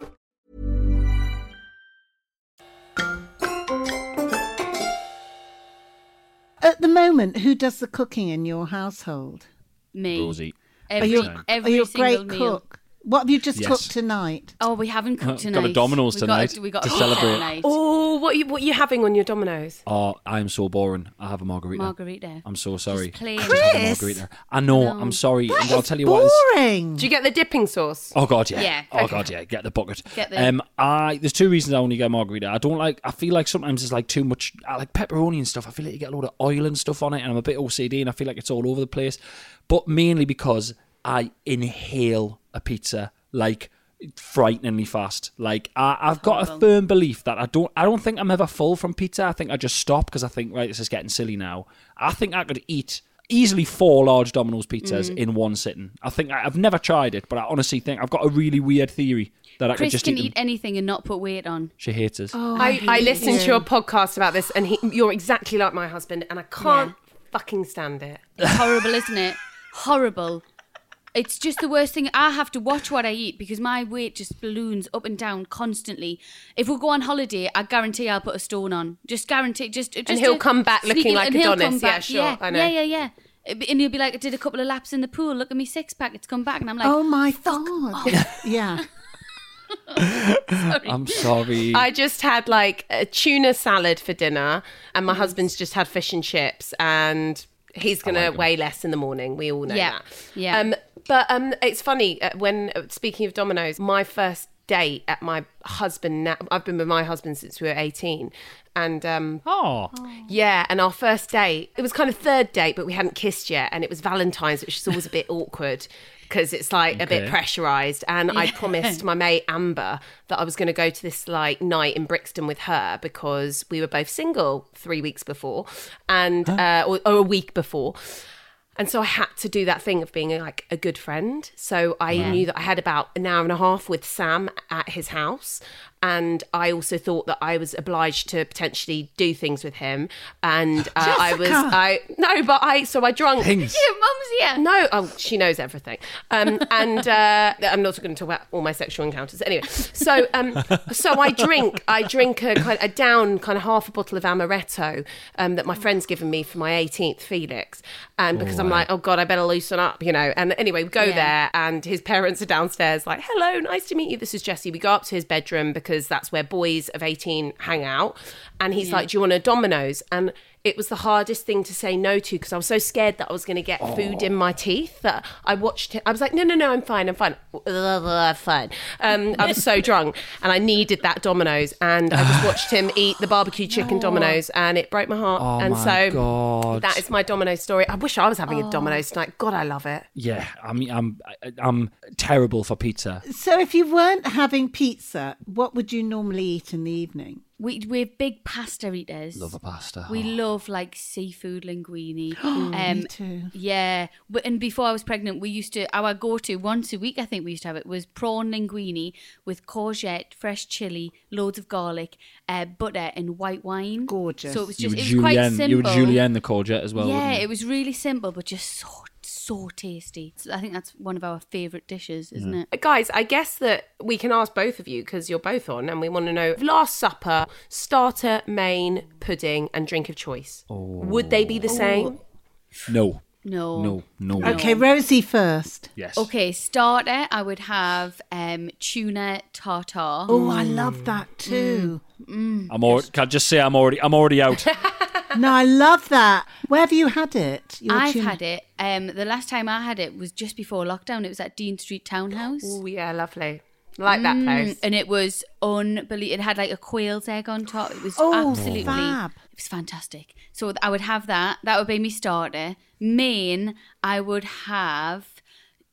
Speaker 2: At the moment, who does the cooking in your household?
Speaker 4: Me.
Speaker 3: Rosie.
Speaker 4: Every,
Speaker 2: are you,
Speaker 4: every
Speaker 2: are you a
Speaker 4: single
Speaker 2: great
Speaker 4: meal.
Speaker 2: cook? What have you just
Speaker 3: Yes.
Speaker 2: cooked tonight?
Speaker 4: Oh, we haven't
Speaker 3: Got
Speaker 4: cooked
Speaker 3: a
Speaker 4: tonight.
Speaker 3: Domino's
Speaker 4: We
Speaker 3: tonight
Speaker 4: Got a, we got
Speaker 3: to
Speaker 4: a
Speaker 3: celebrate.
Speaker 4: Tonight.
Speaker 1: Oh, what are you, what are you having on your Dominoes?
Speaker 3: Oh, I am so boring. I have a margarita.
Speaker 4: Margarita.
Speaker 3: I'm so sorry.
Speaker 4: Just plain.
Speaker 3: I just had a
Speaker 5: Chris!
Speaker 3: margarita. I know. I'm sorry. and I'll tell you what. it's-
Speaker 2: Boring.
Speaker 1: Do you get the dipping sauce?
Speaker 3: Oh god, yeah.
Speaker 4: Yeah,
Speaker 3: Oh
Speaker 4: okay.
Speaker 3: god, yeah. Get the bucket.
Speaker 4: Get the-
Speaker 3: Um, I there's two reasons I only get margarita. I don't like. I feel like sometimes it's like too much. I like pepperoni and stuff. I feel like you get a load of oil and stuff on it, and I'm a bit OCD, and I feel like it's all over the place. But mainly because I inhale a pizza like frighteningly fast. Like I, I've got a firm belief that I don't. I don't think I'm ever full from pizza. I think I just stop because I think right, this is getting silly now. I think I could eat easily four large Domino's pizzas
Speaker 4: Mm.
Speaker 3: in one sitting. I think I, I've never tried it, but I honestly think I've got a really weird theory that I could
Speaker 4: Chris
Speaker 3: just
Speaker 4: can
Speaker 3: eat
Speaker 4: eat
Speaker 3: them.
Speaker 4: anything and not put weight on.
Speaker 3: She hates us.
Speaker 4: Oh.
Speaker 1: I, I listened to your podcast about this, and he, you're exactly like my husband, and I can't fucking stand it.
Speaker 4: It's horrible, isn't it? Horrible. It's just the worst thing. I have to watch what I eat because my weight just balloons up and down constantly. If we go on holiday, I guarantee I'll put a stone on. Just guarantee. Just, just
Speaker 1: he'll
Speaker 4: a-
Speaker 1: come back
Speaker 4: sneak
Speaker 1: looking
Speaker 4: in-
Speaker 1: like
Speaker 4: and he'll
Speaker 1: Adonis.
Speaker 4: come
Speaker 1: Yeah,
Speaker 4: back.
Speaker 1: sure,
Speaker 4: Yeah,
Speaker 1: I know.
Speaker 4: yeah, yeah, yeah. And he'll be like, I did a couple of laps in the pool. Look at me six pack. It's come back, and I'm like,
Speaker 2: oh my god! yeah.
Speaker 3: I'm sorry.
Speaker 1: I just had like a tuna salad for dinner, and my husband's just had fish and chips, and he's gonna weigh less in the morning. We all know
Speaker 4: Yeah,
Speaker 1: that.
Speaker 4: yeah.
Speaker 1: Um, but um, it's funny uh, when uh, speaking of Domino's, my first date at my husband. Now, I've been with my husband since we were eighteen, and um,
Speaker 3: oh,
Speaker 1: yeah, and our first date, it was kind of third date, but we hadn't kissed yet. And it was Valentine's, which is always a bit awkward because it's like a bit
Speaker 3: Okay.
Speaker 1: pressurized. And I promised my mate Amber that I was going to go to this like night in Brixton with her because we were both single three weeks before and, uh, or, or a week before. And so I had to do that thing of being like a good friend. So I knew that I had about an hour and a half with Sam at his house. and I also thought that I was obliged to potentially do things with him, and uh, I was
Speaker 2: Jessica!
Speaker 1: I no, but I so I drunk
Speaker 3: Things.
Speaker 4: Your mum's here.
Speaker 1: no, oh, she knows everything. Um, and uh, I'm not going to talk about all my sexual encounters anyway. So, um, so I drink, I drink a kind, a down kind of half a bottle of amaretto um, that my friend's given me for my 18th Felix, and because I'm like, oh god, I better loosen up, you know. And anyway, we go
Speaker 4: Yeah.
Speaker 1: there, and his parents are downstairs, like, hello, nice to meet you. This is Jesse. We go up to his bedroom because that's where boys of 18 hang out, and he's like, do you want a Domino's? And it was the hardest thing to say no to because I was so scared that I was going to get food in my teeth that I watched him. I was like, no, no, no, I'm fine, I'm fine, I'm fine. Um, I was so drunk and I needed that Domino's and I just watched him eat the barbecue chicken Domino's and it broke my heart.
Speaker 3: Oh
Speaker 1: and
Speaker 3: my
Speaker 1: so
Speaker 3: God. Oh.
Speaker 1: that is my Domino story. I wish I was having a Domino's tonight. God, I love it.
Speaker 3: Yeah, I mean, I'm I- I'm terrible for pizza.
Speaker 2: So, if you weren't having pizza, what would you normally eat in the evening?
Speaker 4: We we're big pasta eaters.
Speaker 3: Love a pasta.
Speaker 4: We love like seafood linguine. um,
Speaker 2: Me too.
Speaker 4: Yeah, but, and before I was pregnant, we used to our go-to once a week. I think we used to have it was prawn linguine with courgette, fresh chili, loads of garlic, uh, butter, and white wine.
Speaker 2: Gorgeous.
Speaker 4: So it was
Speaker 3: you
Speaker 4: just
Speaker 3: would
Speaker 4: it was quite
Speaker 3: julienne,
Speaker 4: simple.
Speaker 3: you would julienne the courgette as well.
Speaker 4: yeah, it
Speaker 3: was.
Speaker 4: was really simple, but just so so tasty. So I think that's one of our favourite dishes, isn't it?
Speaker 1: Guys, I guess that we can ask both of you because you're both on and we want to know Last Supper, starter, main, pudding, and drink of choice. Would they be the same?
Speaker 3: No,
Speaker 4: No,
Speaker 3: no, no.
Speaker 2: Okay, Rosie first.
Speaker 3: Yes.
Speaker 4: Okay, starter. I would have um, tuna tartar.
Speaker 2: Oh, I love that too.
Speaker 3: I'm already. Can I just say I'm already. I'm already out.
Speaker 2: Mm. No, I love that. Where have you had it? Your
Speaker 4: I've
Speaker 2: tuna-
Speaker 4: had it. Um, the last time I had it was just before lockdown. It was at Dean Street Townhouse,
Speaker 1: Oh, yeah, lovely. Like
Speaker 5: Mm,
Speaker 1: that place.
Speaker 4: and it was unbelievable. It had like a quail's egg on top. It was
Speaker 2: Oh,
Speaker 4: absolutely,
Speaker 2: fab.
Speaker 4: it was fantastic. So I would have that. That would be my starter. Main, I would have.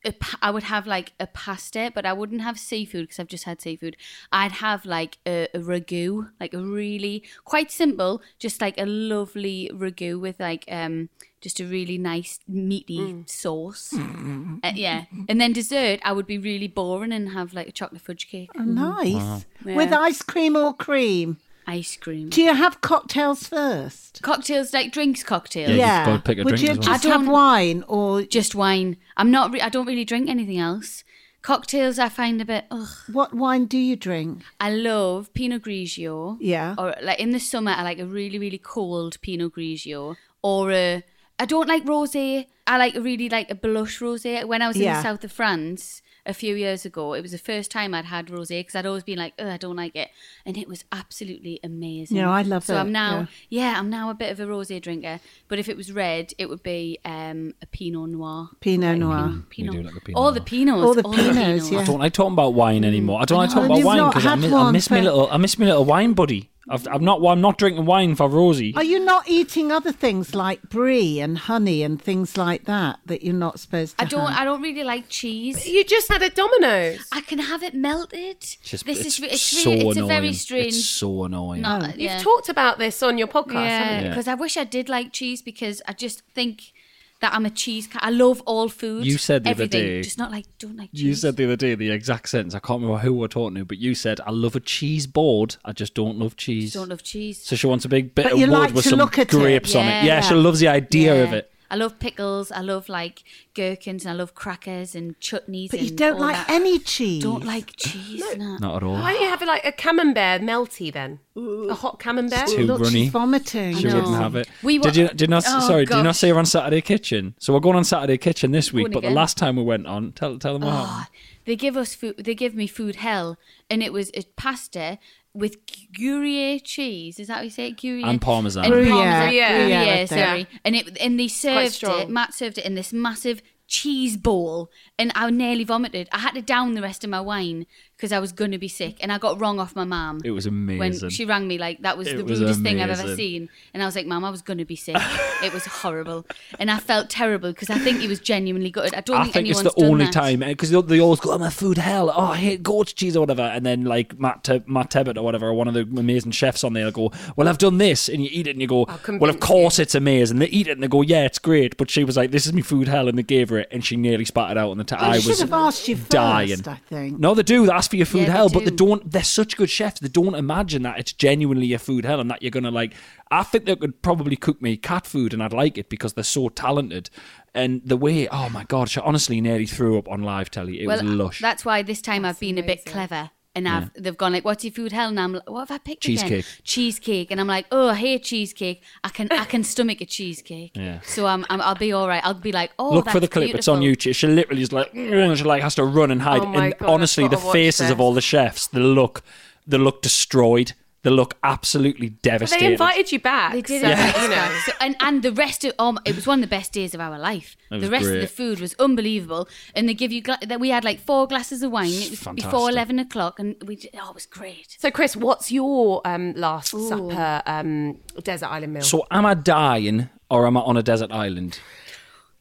Speaker 4: A pa- I would have like a pasta, but I wouldn't have seafood because I've just had seafood. I'd have like a, a ragu, like a really quite simple, just like a lovely ragu with like um just a really nice meaty
Speaker 2: Mm.
Speaker 4: sauce.
Speaker 2: Mm-hmm.
Speaker 4: Uh, yeah, and then dessert, I would be really boring and have like a chocolate fudge cake,
Speaker 2: Oh, nice. With
Speaker 4: Yeah.
Speaker 2: ice cream or cream?
Speaker 4: ice cream,
Speaker 2: Do you have cocktails first?
Speaker 4: cocktails like drinks cocktails.
Speaker 3: Yeah. you've gotta pick a
Speaker 2: Would
Speaker 3: drink
Speaker 2: you
Speaker 3: as well.
Speaker 2: just
Speaker 4: I
Speaker 2: have
Speaker 4: don't-
Speaker 2: wine or
Speaker 4: Just wine. I'm not. Re- I don't really drink anything else. Cocktails, I find a bit. Ugh.
Speaker 2: what wine do you drink?
Speaker 4: I love Pinot Grigio.
Speaker 2: Yeah.
Speaker 4: Or like in the summer, I like a really really cold Pinot Grigio. Or a I don't like rosé. I like really like a blush rosé. When I was in
Speaker 2: Yeah.
Speaker 4: the south of France a few years ago, it was the first time I'd had rosé because I'd always been like, oh, I don't like it, and it was absolutely amazing.
Speaker 2: Yeah, I love
Speaker 4: so
Speaker 2: it,
Speaker 4: So I'm now, yeah. I'm now a bit of a rosé drinker. But if it was red, it would be um, a Pinot Noir.
Speaker 2: Pinot Noir.
Speaker 4: Pinot.
Speaker 3: do like a Pinot
Speaker 4: all the
Speaker 3: Noir.
Speaker 4: Pinots.
Speaker 2: All the Pinots, yeah.
Speaker 3: I don't like talking about wine anymore. I don't like
Speaker 2: know.
Speaker 3: talking
Speaker 2: And
Speaker 3: about
Speaker 2: you've
Speaker 3: wine
Speaker 2: not
Speaker 3: because I
Speaker 2: had
Speaker 3: miss, I
Speaker 2: one
Speaker 3: miss my
Speaker 2: for-
Speaker 3: little. I miss my little wine buddy. I've, I'm not. I'm not drinking wine for Rosie.
Speaker 2: Are you not eating other things like brie and honey and things like that that you're not supposed to
Speaker 4: I don't.
Speaker 2: have?
Speaker 4: I don't really like cheese.
Speaker 1: You just had a Domino's.
Speaker 4: I can have it melted.
Speaker 3: Just-
Speaker 4: this
Speaker 3: it's
Speaker 4: is re- it's,
Speaker 3: so
Speaker 4: really, it's
Speaker 3: annoying.
Speaker 4: a very strange.
Speaker 3: It's so annoying.
Speaker 4: not-
Speaker 2: Oh.
Speaker 4: yeah.
Speaker 1: You've talked about this on your podcast, haven't
Speaker 4: yeah,
Speaker 1: you?
Speaker 4: because I wish I did like cheese because I just think that I'm a cheese. Ca- I love all food.
Speaker 3: You said the other
Speaker 4: everything,
Speaker 3: day-
Speaker 4: just not like don't like cheese.
Speaker 3: You said the other day the exact sentence. I can't remember who we we're talking to, but you said, "I love a cheese board. I just don't love cheese."
Speaker 4: Just don't love cheese.
Speaker 3: so she wants a big bit
Speaker 2: But
Speaker 3: of
Speaker 2: you
Speaker 3: wood
Speaker 2: like
Speaker 3: with
Speaker 2: to
Speaker 3: some
Speaker 2: look at it.
Speaker 3: grapes on it.
Speaker 4: Yeah.
Speaker 3: Yeah, she loves the idea of
Speaker 4: Yeah.
Speaker 3: it.
Speaker 4: I love pickles. I love like gherkins. And I love crackers and chutneys.
Speaker 2: But you
Speaker 4: and
Speaker 2: don't
Speaker 4: all
Speaker 2: like
Speaker 4: that.
Speaker 2: any cheese.
Speaker 4: Don't like cheese. no.
Speaker 3: Not at all.
Speaker 1: Why don't you have like a camembert melty then? A hot camembert?
Speaker 3: It's too
Speaker 2: Look,
Speaker 3: runny.
Speaker 2: she's vomiting.
Speaker 3: She
Speaker 4: No.
Speaker 3: wouldn't have it.
Speaker 4: We
Speaker 3: did
Speaker 4: wa-
Speaker 3: you did not
Speaker 4: Oh,
Speaker 3: sorry, did you not
Speaker 4: gosh.
Speaker 3: say we're on Saturday Kitchen? So we're going on Saturday Kitchen this week,
Speaker 4: Going
Speaker 3: but the
Speaker 4: again. Oh,
Speaker 3: last time we went on, tell tell them what happened.
Speaker 4: They give us food. They give me food hell, and it was a pasta with Gruyere cheese. Is that what you say? it? Gruyere
Speaker 3: And parmesan.
Speaker 4: And
Speaker 3: Gruyere.
Speaker 4: parmesan.
Speaker 1: Gruyere.
Speaker 4: Gruyere,
Speaker 2: Gruyere, I think.
Speaker 4: sorry. And it and they served
Speaker 1: strong.
Speaker 4: it. Matt served it in this massive cheese ball, and I nearly vomited. I had to down the rest of my wine because I was gonna be sick, and I got wrong off my mum.
Speaker 3: It was
Speaker 4: When
Speaker 3: amazing.
Speaker 4: she rang me, like that was
Speaker 3: It
Speaker 4: the
Speaker 3: was
Speaker 4: rudest thing I've ever
Speaker 3: amazing.
Speaker 4: seen, and I was like, "Mum, I was gonna be sick. it was horrible, and I felt terrible because I think he was genuinely gutted. I don't
Speaker 3: I
Speaker 4: think,
Speaker 3: think it's
Speaker 4: anyone's
Speaker 3: the
Speaker 4: done
Speaker 3: only
Speaker 4: that.
Speaker 3: time because they, they always go, "I'm a food hell. Oh, I hate goat's cheese or whatever." And then like Matt Te- Matt Tebbett or whatever, one of the amazing chefs on there, will go, "Well, I've done this," and you eat it, and you go, "Well, of
Speaker 1: convince
Speaker 3: course it's amazing." And they eat it, and they go, "Yeah, it's great." But she was like, "This is me food hell," and they gave her it, and she nearly spat it out on the. T- I
Speaker 2: I should
Speaker 3: was
Speaker 2: have asked you first,
Speaker 3: dying.
Speaker 2: I think.
Speaker 3: No, they do. I for your food
Speaker 4: Yeah, they
Speaker 3: hell, but they
Speaker 4: do.
Speaker 3: don't. They're such good chefs. They don't imagine that it's genuinely a food hell and that you're gonna like. I think they could probably cook me cat food and I'd like it because they're so talented. And the way, oh my god, she honestly nearly threw up on live telly. It was
Speaker 4: uh,
Speaker 3: lush.
Speaker 4: That's why this time I've been a bit clever. And I've, they've gone like, "What's your food hell?" And I'm like, "What have I picked again?"
Speaker 3: Cheesecake.
Speaker 4: Cheesecake. And I'm like, "Oh, I hate cheesecake. I can, I can stomach a cheesecake.
Speaker 3: Yeah.
Speaker 4: So I'm, I'm, I'll be all right. I'll be like, oh,
Speaker 3: Look for
Speaker 4: that's
Speaker 3: the clip. It's on
Speaker 4: beautiful."
Speaker 3: YouTube. She literally is like, "Mm," and she like has to run and hide.
Speaker 5: Oh my
Speaker 3: and
Speaker 5: God, I've
Speaker 3: honestly,
Speaker 5: gotta
Speaker 3: the
Speaker 5: watch
Speaker 3: faces
Speaker 5: this.
Speaker 3: of all the chefs, they look, they look destroyed. They look absolutely
Speaker 5: But
Speaker 3: devastated.
Speaker 5: they invited you back.
Speaker 4: They did
Speaker 5: so,
Speaker 4: it.
Speaker 5: you know.
Speaker 4: So- and and the rest of um, it was one of the best days of our life.
Speaker 3: It
Speaker 4: The
Speaker 3: was
Speaker 4: rest of the
Speaker 3: great.
Speaker 4: food was unbelievable, and they give you gla- that we had like four glasses of wine. It was before
Speaker 3: Fantastic.
Speaker 4: eleven o'clock, and we j- oh, it was great.
Speaker 5: So, Chris, what's your um, last supper um, desert island meal?
Speaker 3: so am I dying or am I on a desert island?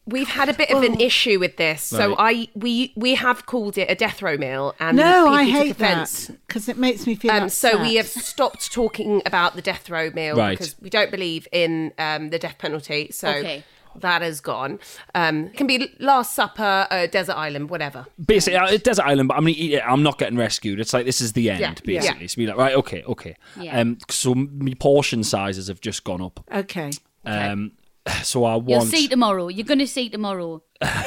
Speaker 5: We've had a bit of an issue with this, so I we we have called it a death row meal, and
Speaker 2: No,
Speaker 5: people
Speaker 2: I
Speaker 5: took
Speaker 2: hate
Speaker 5: offense.
Speaker 2: that because it makes me feel.
Speaker 5: Um, so we
Speaker 2: upset.
Speaker 5: have stopped talking about the death row meal
Speaker 3: Right.
Speaker 5: because we don't believe in um, the death penalty. So
Speaker 4: Okay.
Speaker 5: that is gone. Um, it can be Last Supper, uh, desert island, whatever.
Speaker 3: Basically, uh, desert island, but I'm gonna eat it. I'm not getting rescued. It's like this is the end,
Speaker 5: Yeah. Yeah.
Speaker 3: basically. So be like, right, okay, okay.
Speaker 4: Yeah.
Speaker 3: Um, so my portion sizes have just gone up.
Speaker 2: Okay.
Speaker 3: Um, so I want.
Speaker 4: You'll see tomorrow. You're gonna see tomorrow.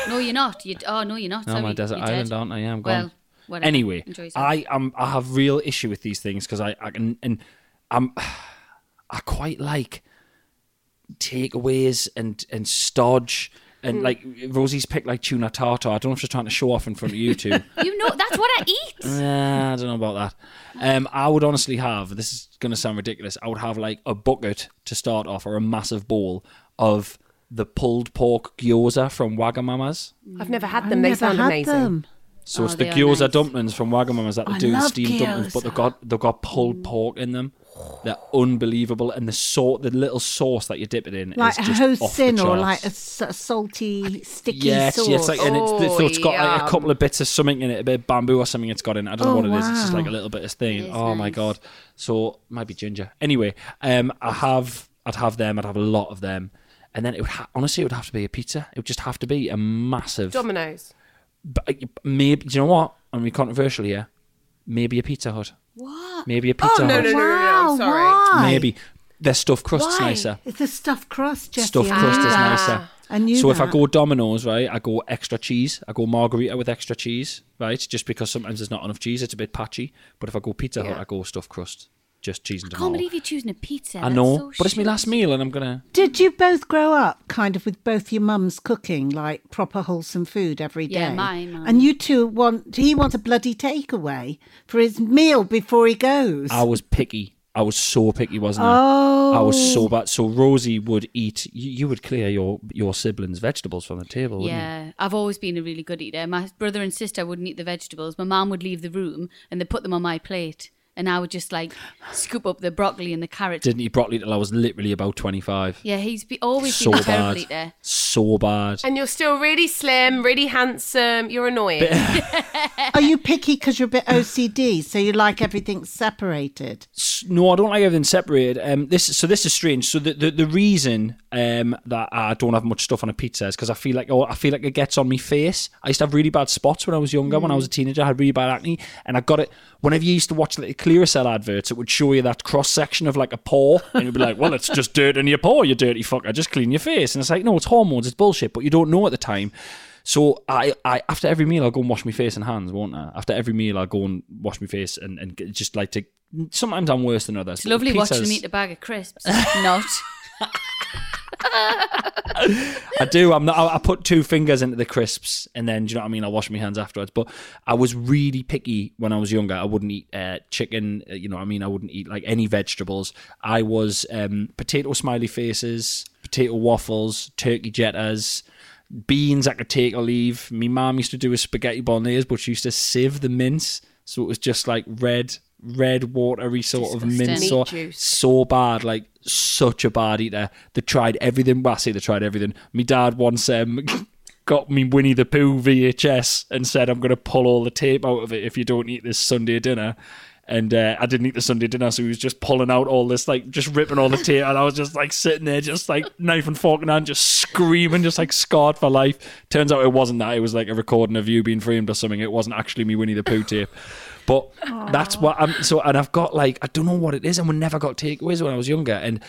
Speaker 4: no, you're not. You oh no, you're not.
Speaker 3: I'm
Speaker 4: Sorry.
Speaker 3: on a desert
Speaker 4: You're dead.
Speaker 3: island, aren't I? Yeah, I'm gone.
Speaker 4: Well, whatever.
Speaker 3: Anyway,
Speaker 4: Enjoy yourself.
Speaker 3: I am. I have real issue with these things because I, I can, and I'm. I quite like takeaways and and stodge and like Rosie's picked like tuna tartar. I don't know if she's trying to show off in front of you two.
Speaker 4: You know that's what I eat.
Speaker 3: Yeah, I don't know about that. Um, I would honestly have this is going to sound ridiculous. I would have like a bucket to start off or a massive bowl of the pulled pork gyoza from Wagamama's.
Speaker 5: I've never had
Speaker 2: I've
Speaker 5: them. they
Speaker 2: never
Speaker 5: sound
Speaker 2: had
Speaker 5: amazing.
Speaker 2: them.
Speaker 3: So
Speaker 4: Oh,
Speaker 3: it's the
Speaker 4: they are
Speaker 3: gyoza
Speaker 4: nice.
Speaker 3: dumplings from Wagamama's that they
Speaker 2: I
Speaker 3: do in
Speaker 2: love Mm.
Speaker 3: steamed dumplings, but
Speaker 2: gyoza.
Speaker 3: they've got they've got pulled pork in them. They're unbelievable, and the sort the little sauce that you dip it in
Speaker 2: Like a
Speaker 3: is just off the
Speaker 2: hosin or
Speaker 3: charts.
Speaker 2: like a, s- a salty, sticky
Speaker 3: Yes,
Speaker 2: sauce.
Speaker 3: yes, like, and
Speaker 5: Oh,
Speaker 3: it's, it's- so it's got like
Speaker 5: yum.
Speaker 3: a couple of bits of something in it, a bit of bamboo or something it's got in it. I don't know
Speaker 2: Oh,
Speaker 3: what it is. It's just like a
Speaker 2: wow.
Speaker 3: little bit of thing.
Speaker 4: is
Speaker 3: Oh my
Speaker 4: nice.
Speaker 3: god! So might be ginger. Anyway, um, I have, I'd have them. I'd have a lot of them, and then it would ha- honestly, it would have to be a pizza. It would just have to be a massive.
Speaker 5: Dominoes.
Speaker 3: but, uh, maybe do you know what? I'm mean, controversial here. Maybe a Pizza Hut. What? Maybe a Pizza
Speaker 5: no,
Speaker 3: Hut.
Speaker 5: no, no, I'm
Speaker 2: wow,
Speaker 5: sorry.
Speaker 2: why?
Speaker 3: Maybe their stuffed crust's
Speaker 2: Why?
Speaker 3: nicer.
Speaker 2: It's a stuffed crust, Jesse. Ah.
Speaker 3: Stuffed
Speaker 2: I
Speaker 3: crust
Speaker 2: knew
Speaker 3: is
Speaker 4: Ah.
Speaker 2: that.
Speaker 3: nicer.
Speaker 2: I knew
Speaker 3: so if I
Speaker 2: that.
Speaker 3: go Domino's, right, I go extra cheese. I go margarita with extra cheese, right? Just because sometimes there's not enough cheese, it's a bit patchy. But if I go Pizza Hut, I go stuffed crust, just cheese and
Speaker 4: I
Speaker 3: tomato.
Speaker 4: can't believe you're choosing a pizza.
Speaker 3: I
Speaker 4: That's
Speaker 3: know,
Speaker 4: so
Speaker 3: but it's my
Speaker 4: shit.
Speaker 3: last meal, and I'm gonna.
Speaker 2: Did you both grow up kind of with both your mums cooking like proper wholesome food every day?
Speaker 4: Yeah, my mum.
Speaker 2: And you two want he wants a bloody takeaway for his meal before he goes.
Speaker 3: I was picky. I was so picky, wasn't I? I was
Speaker 4: Oh.
Speaker 3: so bad. So Rosie would eat. You, you would clear your your siblings' vegetables from the table. wouldn't you?
Speaker 4: Yeah, I've always been a really good eater. My brother and sister wouldn't eat the vegetables. My mum would leave the room and they put them on my plate, and I would just like scoop up the broccoli and the carrots.
Speaker 3: didn't eat broccoli till I was literally about 25.
Speaker 4: yeah, he's be- always
Speaker 3: so
Speaker 4: been a terrible
Speaker 3: bad.
Speaker 4: eater.
Speaker 3: So bad.
Speaker 5: And you're still really slim, really handsome. You're annoying.
Speaker 2: Are you picky because you're a bit OCD, so you like everything separated?
Speaker 3: S- No, I don't like everything separated. Um, this so this is strange. So the the, the reason um, that I don't have much stuff on a pizza is because I feel like oh I feel like it gets on me face. I used to have really bad spots when I was younger. When I was a teenager, I had really bad acne, and I got it whenever you used to watch like, the Clearasil adverts. It would show you that cross section of like a paw, and you'd be like, well, it's just dirt in your paw, you dirty fucker. Just clean your face. And it's like, no, it's hormones, it's bullshit, but you don't know at the time. So I, I after every meal I'll go and wash my face and hands, won't I? After every meal I'll go and wash my face and, and get- just like to. Sometimes I'm worse than others.
Speaker 4: It's lovely watching
Speaker 3: Pizzas-
Speaker 4: him eat a bag of crisps. Not.
Speaker 3: I do. I'm not. I, I put two fingers into the crisps, and then do you know what I mean? I wash my hands afterwards. But I was really picky when I was younger. I wouldn't eat uh, chicken. uh, You know, what I mean, I wouldn't eat like any vegetables. I was um, potato smiley faces, potato waffles, turkey jettas. Beans I could take or leave. My mum used to do a spaghetti bolognese, but she used to sieve the mince, so it was just like red, red watery sort of mince.
Speaker 4: Disgusting.
Speaker 3: sauce
Speaker 5: juice.
Speaker 3: so bad, like such a bad eater. They tried everything. Well, I say they tried everything. My dad once um, got me Winnie the Pooh VHS and said, "I'm going to pull all the tape out of it if you don't eat this Sunday dinner." And uh, I didn't eat the Sunday dinner, so he was just pulling out all this, like just ripping all the tear. And I was just like sitting there, just like knife and fork in hand, just screaming, just like scarred for life. Turns out it wasn't that. It was like a recording of you being framed or something. It wasn't actually me Winnie the Pooh tape. But that's what I'm so, and I've got like, I don't know what it is. And we never got takeaways when I was younger. And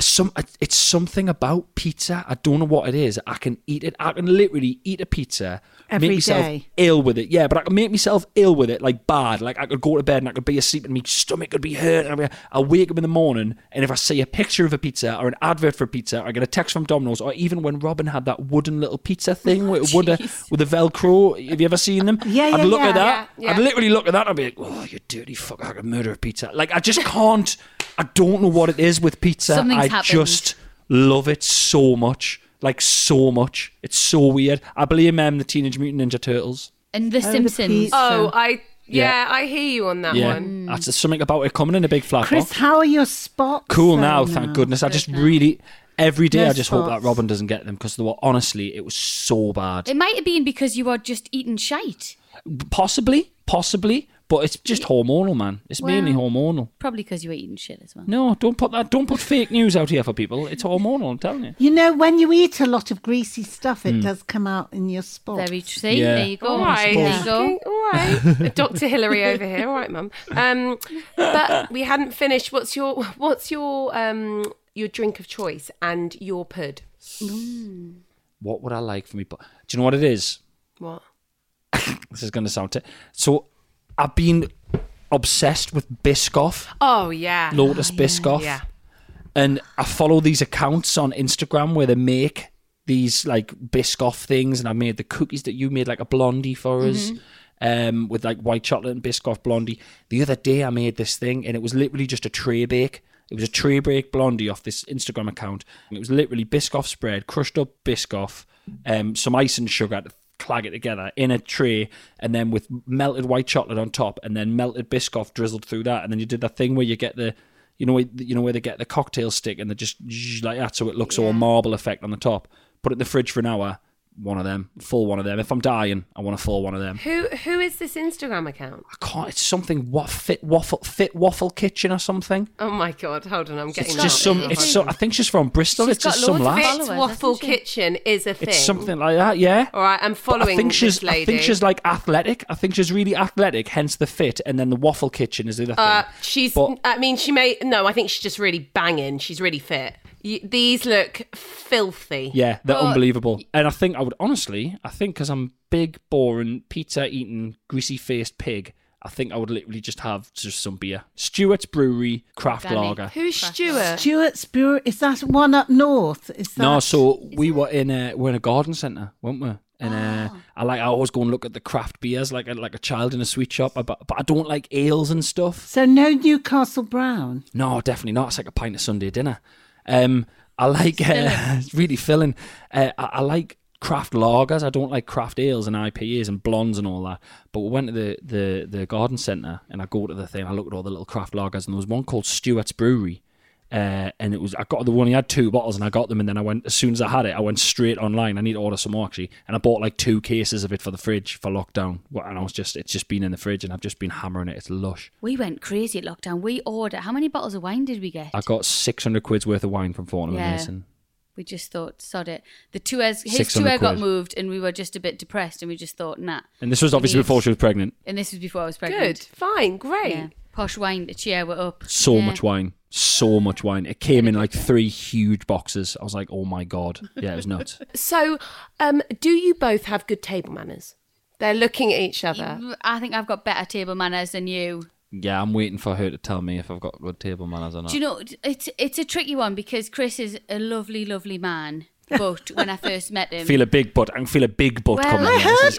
Speaker 3: some it's something about pizza. I don't know what it is. I can eat it. I can literally eat a pizza,
Speaker 2: Every
Speaker 3: make myself
Speaker 2: day.
Speaker 3: ill with it. Yeah, but I can make myself ill with it, like bad. Like I could go to bed and I could be asleep and my stomach could be hurt. And I'd be- I wake up in the morning and if I see a picture of a pizza or an advert for pizza, or I get a text from Domino's, or even when Robin had that wooden little pizza thing with wood with the Velcro. Have you ever seen them?
Speaker 2: Yeah, yeah,
Speaker 3: I'd look
Speaker 2: yeah.
Speaker 3: at that.
Speaker 5: Yeah, yeah.
Speaker 3: I'd literally look at that and I'd be like, "Oh, you dirty fuck! I could murder a pizza." Like I just can't. I don't know what it is with pizza that
Speaker 4: Something's
Speaker 3: I
Speaker 4: happened.
Speaker 3: just love it so much. Like so much. It's so weird. I blame um, the Teenage Mutant Ninja Turtles.
Speaker 4: And The
Speaker 2: the
Speaker 4: Simpsons.
Speaker 2: pizza.
Speaker 5: Oh, I yeah,
Speaker 3: Yeah.
Speaker 5: I hear you on that
Speaker 3: yeah,
Speaker 5: one.
Speaker 3: that's just something about it coming in a big flat
Speaker 2: Chris,
Speaker 3: box.
Speaker 2: how are your spots?
Speaker 3: Cool
Speaker 2: though
Speaker 3: now, thank goodness. I just really every day I
Speaker 2: Yes,
Speaker 3: just hope that
Speaker 2: boss.
Speaker 3: Robin doesn't get them because they were honestly it was so bad.
Speaker 4: It might have been because you are just eating shite.
Speaker 3: possibly, possibly, but it's just hormonal, man. It's mainly
Speaker 4: Well-
Speaker 3: hormonal.
Speaker 4: Probably because you were eating shit as well.
Speaker 3: No, don't put that. Don't put fake news out here for people. It's hormonal. I'm telling you.
Speaker 2: You know, when you eat a lot of greasy stuff,
Speaker 3: Hmm.
Speaker 2: it does come out in your spots.
Speaker 4: Very true. See,
Speaker 3: Yeah.
Speaker 4: There you go.
Speaker 5: All right,
Speaker 4: There you
Speaker 5: okay,
Speaker 4: go.
Speaker 5: all right. Doctor Hillary over here. All right, mum. Um, but we hadn't finished. What's your what's your um your drink of choice and your pud?
Speaker 3: What would I like for me? But do you know what it is?
Speaker 5: What?
Speaker 3: This is going to sound. T- so I've been obsessed with Biscoff,
Speaker 5: Oh yeah.
Speaker 3: Lotus Biscoff,
Speaker 5: yeah.
Speaker 3: and I follow these accounts on Instagram where they make these like Biscoff things, and I made the cookies that you made, like a blondie for us. Um, with like white chocolate and Biscoff blondie. The other day I made this thing and it was literally just a tray bake. It was a tray bake blondie off this Instagram account. And it was literally Biscoff spread, crushed up Biscoff, um, some ice and sugar to clag it together in a tray and then with melted white chocolate on top and then melted biscoff drizzled through that and then you did that thing where you get the you know where- you know where they get the cocktail stick and they just zzz like that so it looks all marble effect on the top put it in the fridge for an hour one of them full one of them if i'm dying i want to full one of them
Speaker 5: Who who is this Instagram account?
Speaker 3: i can't it's something what fit waffle fit waffle kitchen or something
Speaker 5: Oh my god, hold on, I'm getting
Speaker 3: it's
Speaker 5: that.
Speaker 3: just some it's so i think she's from bristol
Speaker 4: She's
Speaker 3: it's just
Speaker 4: got
Speaker 3: some
Speaker 4: loads of
Speaker 3: lass
Speaker 4: followers,
Speaker 5: Fitz
Speaker 4: hasn't
Speaker 5: Waffle
Speaker 4: she?
Speaker 5: Kitchen is a thing.
Speaker 3: it's something like that yeah
Speaker 5: All right, I'm
Speaker 3: But
Speaker 5: following
Speaker 3: I think she's,
Speaker 5: this lady.
Speaker 3: I think she's like athletic. I think she's really athletic, hence the fit. And then the waffle kitchen is the other thing.
Speaker 5: Uh, she's.
Speaker 3: But-
Speaker 5: I mean, she may. No, I think she's just really banging. She's really fit. You, these look filthy.
Speaker 3: yeah, they're
Speaker 4: Well,
Speaker 3: unbelievable. And I think I would honestly, I think because I'm big, boring, pizza eating, greasy faced pig, I think I would literally just have just some beer. Stewart's Brewery Craft
Speaker 4: Danny.
Speaker 3: Lager.
Speaker 5: Who's Stuart?
Speaker 2: Stuart's Brewery, is that one up north? Is that
Speaker 3: No, so we were in a we're in a garden centre, weren't we? And uh, I like I always go and look at the craft beers like a, like a child in a sweet shop, but but I don't like ales and stuff.
Speaker 2: So no Newcastle Brown.
Speaker 3: No, definitely not. It's like a pint of Sunday dinner. Um, I like uh, it's really filling. Uh, I, I like craft lagers. I don't like craft ales and IPAs and blondes and all that. But we went to the the, the garden centre and I go to the thing. I look at all the little craft lagers and there was one called Stewart's Brewery. Uh, and it was I got the one. He had two bottles, and I got them. And then I went as soon as I had it, I went straight online. I need to order some more actually, and I bought like two cases of it for the fridge for lockdown. Well, And I was just it's just been in the fridge, and I've just been hammering it. It's lush.
Speaker 4: We went crazy at lockdown. We ordered. How many bottles of wine did we get?
Speaker 3: I got 600 quid's worth of wine from Fortnum
Speaker 4: Yeah.
Speaker 3: and Mason.
Speaker 4: We just thought, sod it. The two airs, his
Speaker 3: 600
Speaker 4: two air got
Speaker 3: quid.
Speaker 4: moved, and we were just a bit depressed, and we just thought, nah.
Speaker 3: And this was obviously
Speaker 4: Yes.
Speaker 3: before she was pregnant.
Speaker 4: And this was before I was
Speaker 5: Good.
Speaker 4: pregnant.
Speaker 5: Fine. Great.
Speaker 4: Yeah. Posh wine to cheer were up.
Speaker 3: So
Speaker 4: Yeah.
Speaker 3: much wine. So much wine. It came in like three huge boxes. I was like, oh my God. Yeah, it was nuts.
Speaker 5: So, um, do you both have good table manners? They're looking at each other.
Speaker 4: I think I've got better table manners than you.
Speaker 3: yeah, I'm waiting for her to tell me if I've got good table manners or not.
Speaker 4: Do you know it's it's a tricky one because Chris is a lovely, lovely man. But when I first met him,
Speaker 3: feel a big butt. I can feel a big butt
Speaker 4: Well,
Speaker 3: coming
Speaker 4: I
Speaker 3: in.
Speaker 2: I
Speaker 3: This
Speaker 2: heard
Speaker 3: is
Speaker 2: that. It's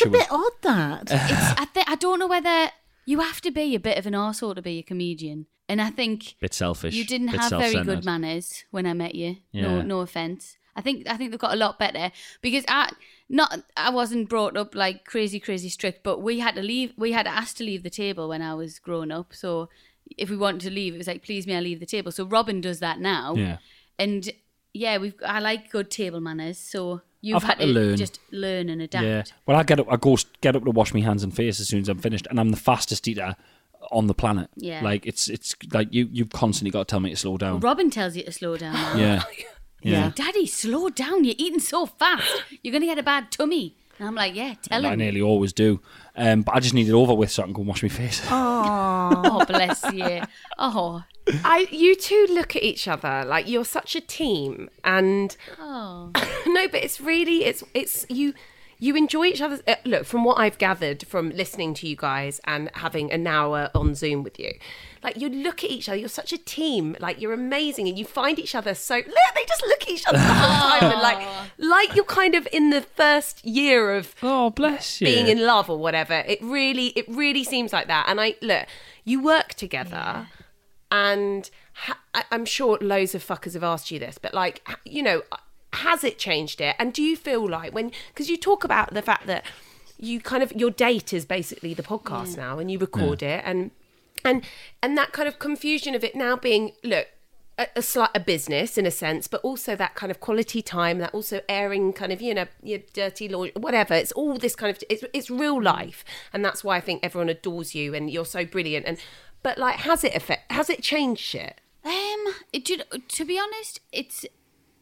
Speaker 2: a
Speaker 3: gargantuan. Uh.
Speaker 2: bit odd that.
Speaker 4: it's, I, th- I don't know whether you have to be a bit of an arsehole to be a comedian. And I think
Speaker 3: Bit selfish.
Speaker 4: you didn't
Speaker 3: bit
Speaker 4: have very
Speaker 3: self-centered.
Speaker 4: good manners when I met you. No,
Speaker 3: Yeah.
Speaker 4: no offense. I think I think they've got a lot better because I not I wasn't brought up like crazy, crazy strict, but we had to leave. We had asked to leave the table when I was growing up. So if we wanted to leave, it was like, please may I leave the table? So Robin does that now.
Speaker 3: Yeah.
Speaker 4: And yeah, we've I like good table manners. So you've
Speaker 3: I've had to learn.
Speaker 4: just learn and adapt.
Speaker 3: Yeah. Well, I get up. I go s- get up to wash my hands and face as soon as I'm finished, and I'm the fastest eater on the planet.
Speaker 4: Yeah.
Speaker 3: Like it's it's like you you've constantly got to tell me to slow down.
Speaker 4: Robin tells you to slow down. Now.
Speaker 3: Yeah.
Speaker 2: Yeah.
Speaker 4: Daddy, slow down. You're eating so fast. You're going to get a bad tummy. And I'm like, yeah, tell
Speaker 3: I
Speaker 4: him.
Speaker 3: nearly always do. Um, but I just need it over with so I can go and wash my face.
Speaker 4: Oh, bless you. Oh,
Speaker 1: I, you two look at each other like you're such a team, and
Speaker 4: oh.
Speaker 1: no, but it's really it's it's you you enjoy each other's uh, look. From what I've gathered from listening to you guys and having an hour on Zoom with you, like you look at each other. You're such a team. Like you're amazing, and you find each other so. Look, they just look at each other the whole time, and like like you're kind of in the first year of
Speaker 3: oh, bless you.
Speaker 1: being in love or whatever. It really, it really seems like that. And I look, you work together, and ha- I- I'm sure loads of fuckers have asked you this, but like, h- you know, has it changed it? And do you feel like when because you talk about the fact that you kind of your date is basically the podcast
Speaker 3: Mm.
Speaker 1: now, and you record it, and and and that kind of confusion of it now being look a, a slight a business in a sense, but also that kind of quality time, that also airing kind of you know your dirty laundry, whatever. It's all this kind of it's it's real life, and that's why I think everyone adores you and you're so brilliant. And but like, has it affect? Has it changed shit?
Speaker 4: Um, it, do you know- to be honest, it's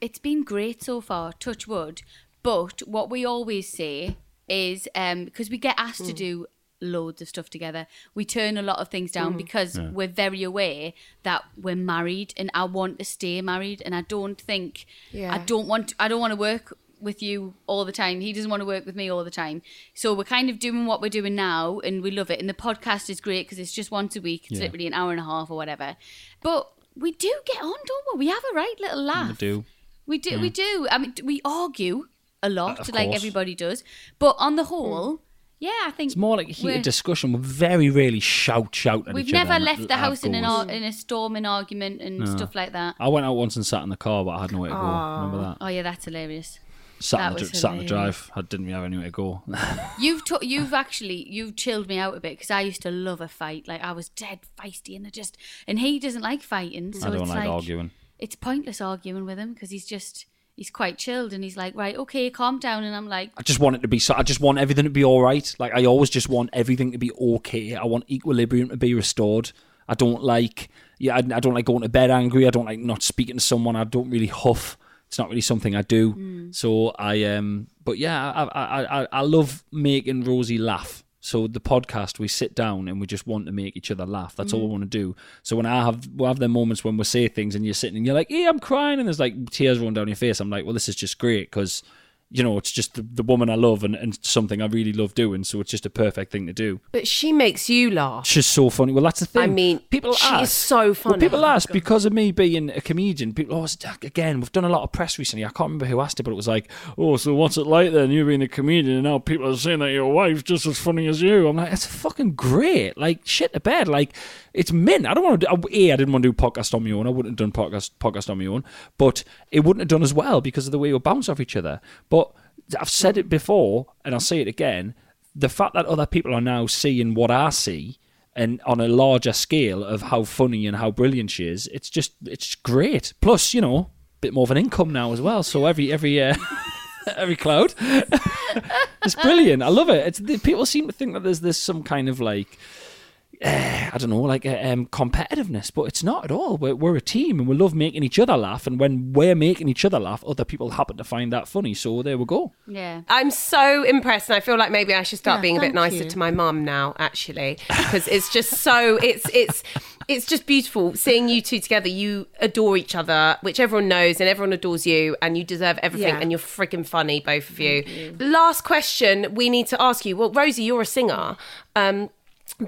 Speaker 4: it's been great so far. Touch wood. But what we always say is um because we get asked to do loads of stuff together, we turn a lot of things down because we're very aware that we're married and I want to stay married and I don't think I don't want I don't want to work with you all the time. He doesn't want to work with me all the time. So we're kind of doing what we're doing now and we love it. And the podcast is great because it's just once a week. It's literally an hour and a half or whatever. But we do get on, don't we? We have a right little laugh.
Speaker 3: We do.
Speaker 4: We do. We do. I mean, d- we argue a lot,
Speaker 3: Uh, of
Speaker 4: like
Speaker 3: course.
Speaker 4: everybody does. But on the whole, yeah, I think
Speaker 3: It's more like a heated
Speaker 4: we're-
Speaker 3: discussion. We very rarely shout, shout at
Speaker 4: We've
Speaker 3: each other
Speaker 4: never
Speaker 3: and
Speaker 4: left the
Speaker 3: have
Speaker 4: house in an
Speaker 3: goes.
Speaker 4: ar- in a storm and argument and stuff like that.
Speaker 3: I went out once and sat in the car, but I had nowhere to go. Remember that?
Speaker 4: Oh yeah, that's hilarious.
Speaker 3: Sat,
Speaker 4: That
Speaker 3: in, the,
Speaker 4: was
Speaker 3: dri- sat in the
Speaker 4: hilarious.
Speaker 3: drive. I didn't really have anywhere to go.
Speaker 4: You've to- you've actually you've chilled me out a bit because I used to love a fight. Like I was dead feisty and I just and he doesn't like fighting, so
Speaker 3: I don't
Speaker 4: it's
Speaker 3: like, arguing.
Speaker 4: It's pointless arguing with him because he's just he's quite chilled and he's like, right, okay, calm down, and I'm like,
Speaker 3: I just want it to be. so- I just want everything to be all right. Like I always just want everything to be okay. I want equilibrium to be restored. I don't like. Yeah, I, I don't like going to bed angry. I don't like not speaking to someone. I don't really huff. It's not really something I do. So I um. But yeah, I, I I- I I love making Rosie laugh. So the podcast, we sit down and we just want to make each other laugh. That's all we want to do. So when I have we have them moments when we say things and you're sitting and you're like, "Yeah, I'm crying," and there's like tears rolling down your face. I'm like, "Well, this is just great because you know, it's just the, the woman I love and, and something I really love doing. So it's just a perfect thing to do.
Speaker 1: But she makes you laugh.
Speaker 3: She's so funny. Well, that's the thing.
Speaker 1: I mean,
Speaker 3: people
Speaker 1: she is
Speaker 3: ask.
Speaker 1: so funny. Oh
Speaker 3: Well, people ask because of me being a comedian. People always again. We've done a lot of press recently. I can't remember who asked it, but it was like, "Oh, so what's it like then? You being a comedian, and now people are saying that your wife's just as funny as you." I'm like, "That's fucking great! Like shit to bed. Like it's mint. I don't want to. Do, a, I didn't want to do podcast on my own. I wouldn't have done podcast podcast on my own, but it wouldn't have done as well because of the way we bounce off each other. But I've said it before, and I'll say it again. The fact that other people are now seeing what I see and on a larger scale of how funny and how brilliant she is, it's just it's great. Plus, you know, a bit more of an income now as well. So every every uh, every cloud, it's brilliant. I love it. It's the, people seem to think that there's this some kind of like. eh, I don't know, like uh, um, competitiveness, but it's not at all. We're, we're a team and we love making each other laugh. And when we're making each other laugh, other people happen to find that funny. So there we go.
Speaker 4: yeah.
Speaker 1: I'm so impressed, and I feel like maybe I should start
Speaker 2: Yeah,
Speaker 1: being a bit
Speaker 2: thank
Speaker 1: nicer
Speaker 2: you.
Speaker 1: to my mum now, actually, because it's just so it's it's it's just beautiful seeing you two together. You adore each other, which everyone knows, and everyone adores you, and you deserve everything,
Speaker 2: Yeah.
Speaker 1: and you're freaking funny, both of you. Last question we need to ask you. Well, Rosie, you're a singer, um,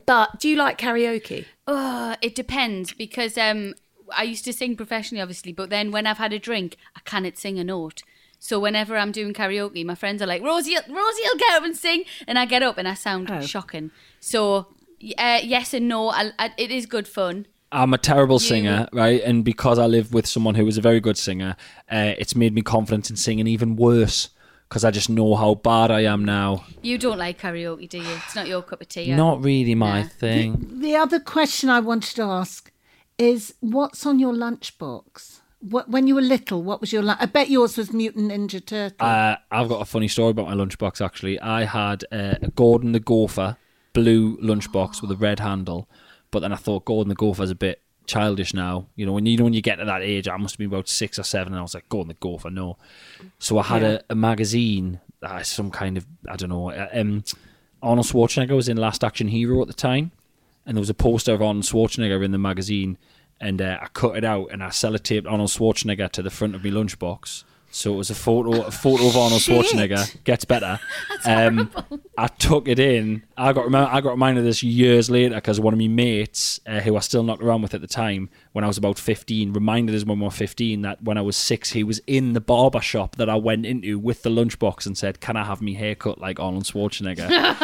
Speaker 1: but do you like karaoke?
Speaker 4: Uh, it depends because um, I used to sing professionally, obviously, but then when I've had a drink, I cannot sing a note. So whenever I'm doing karaoke, my friends are like, "Rosie, Rosie, will get up and sing," and I get up and I sound
Speaker 3: Oh.
Speaker 4: shocking. So y- uh, yes and no, I, I, it is good fun.
Speaker 3: I'm a terrible singer, right? And because I live with someone who is a very good singer, uh, it's made me confident in singing even worse because I just know how bad I am now.
Speaker 4: You don't like karaoke, do you? It's not your cup of tea. I-
Speaker 3: Not really my thing.
Speaker 2: The other question I wanted to ask is what's on your lunchbox? What, when you were little, what was your lunch? I bet yours was Mutant Ninja Turtle.
Speaker 3: Uh, I've got a funny story about my lunchbox. Actually, I had uh, a Gordon the Gopher blue lunchbox with a red handle But then I thought Gordon the Gopher's a bit childish now. You know, when you know when you get to that age, I must have been about six or seven, and I was like Gordon the Gopher, no. So I had a, a magazine, uh, some kind of I don't know. uh, Um, Arnold Schwarzenegger was in Last Action Hero at the time, and there was a poster of Arnold Schwarzenegger in the magazine, and uh, I cut it out and I sellotaped Arnold Schwarzenegger to the front of my lunchbox. So it was a photo, a photo of Arnold Schwarzenegger. Gets better. um, I took it in. I got remi- I got reminded of this years later because one of my mates, uh, who I still knocked around with at the time when I was about fifteen, reminded us when we were fifteen that when I was six, he was in the barber shop that I went into with the lunchbox and said, "Can I have me haircut like Arnold Schwarzenegger?"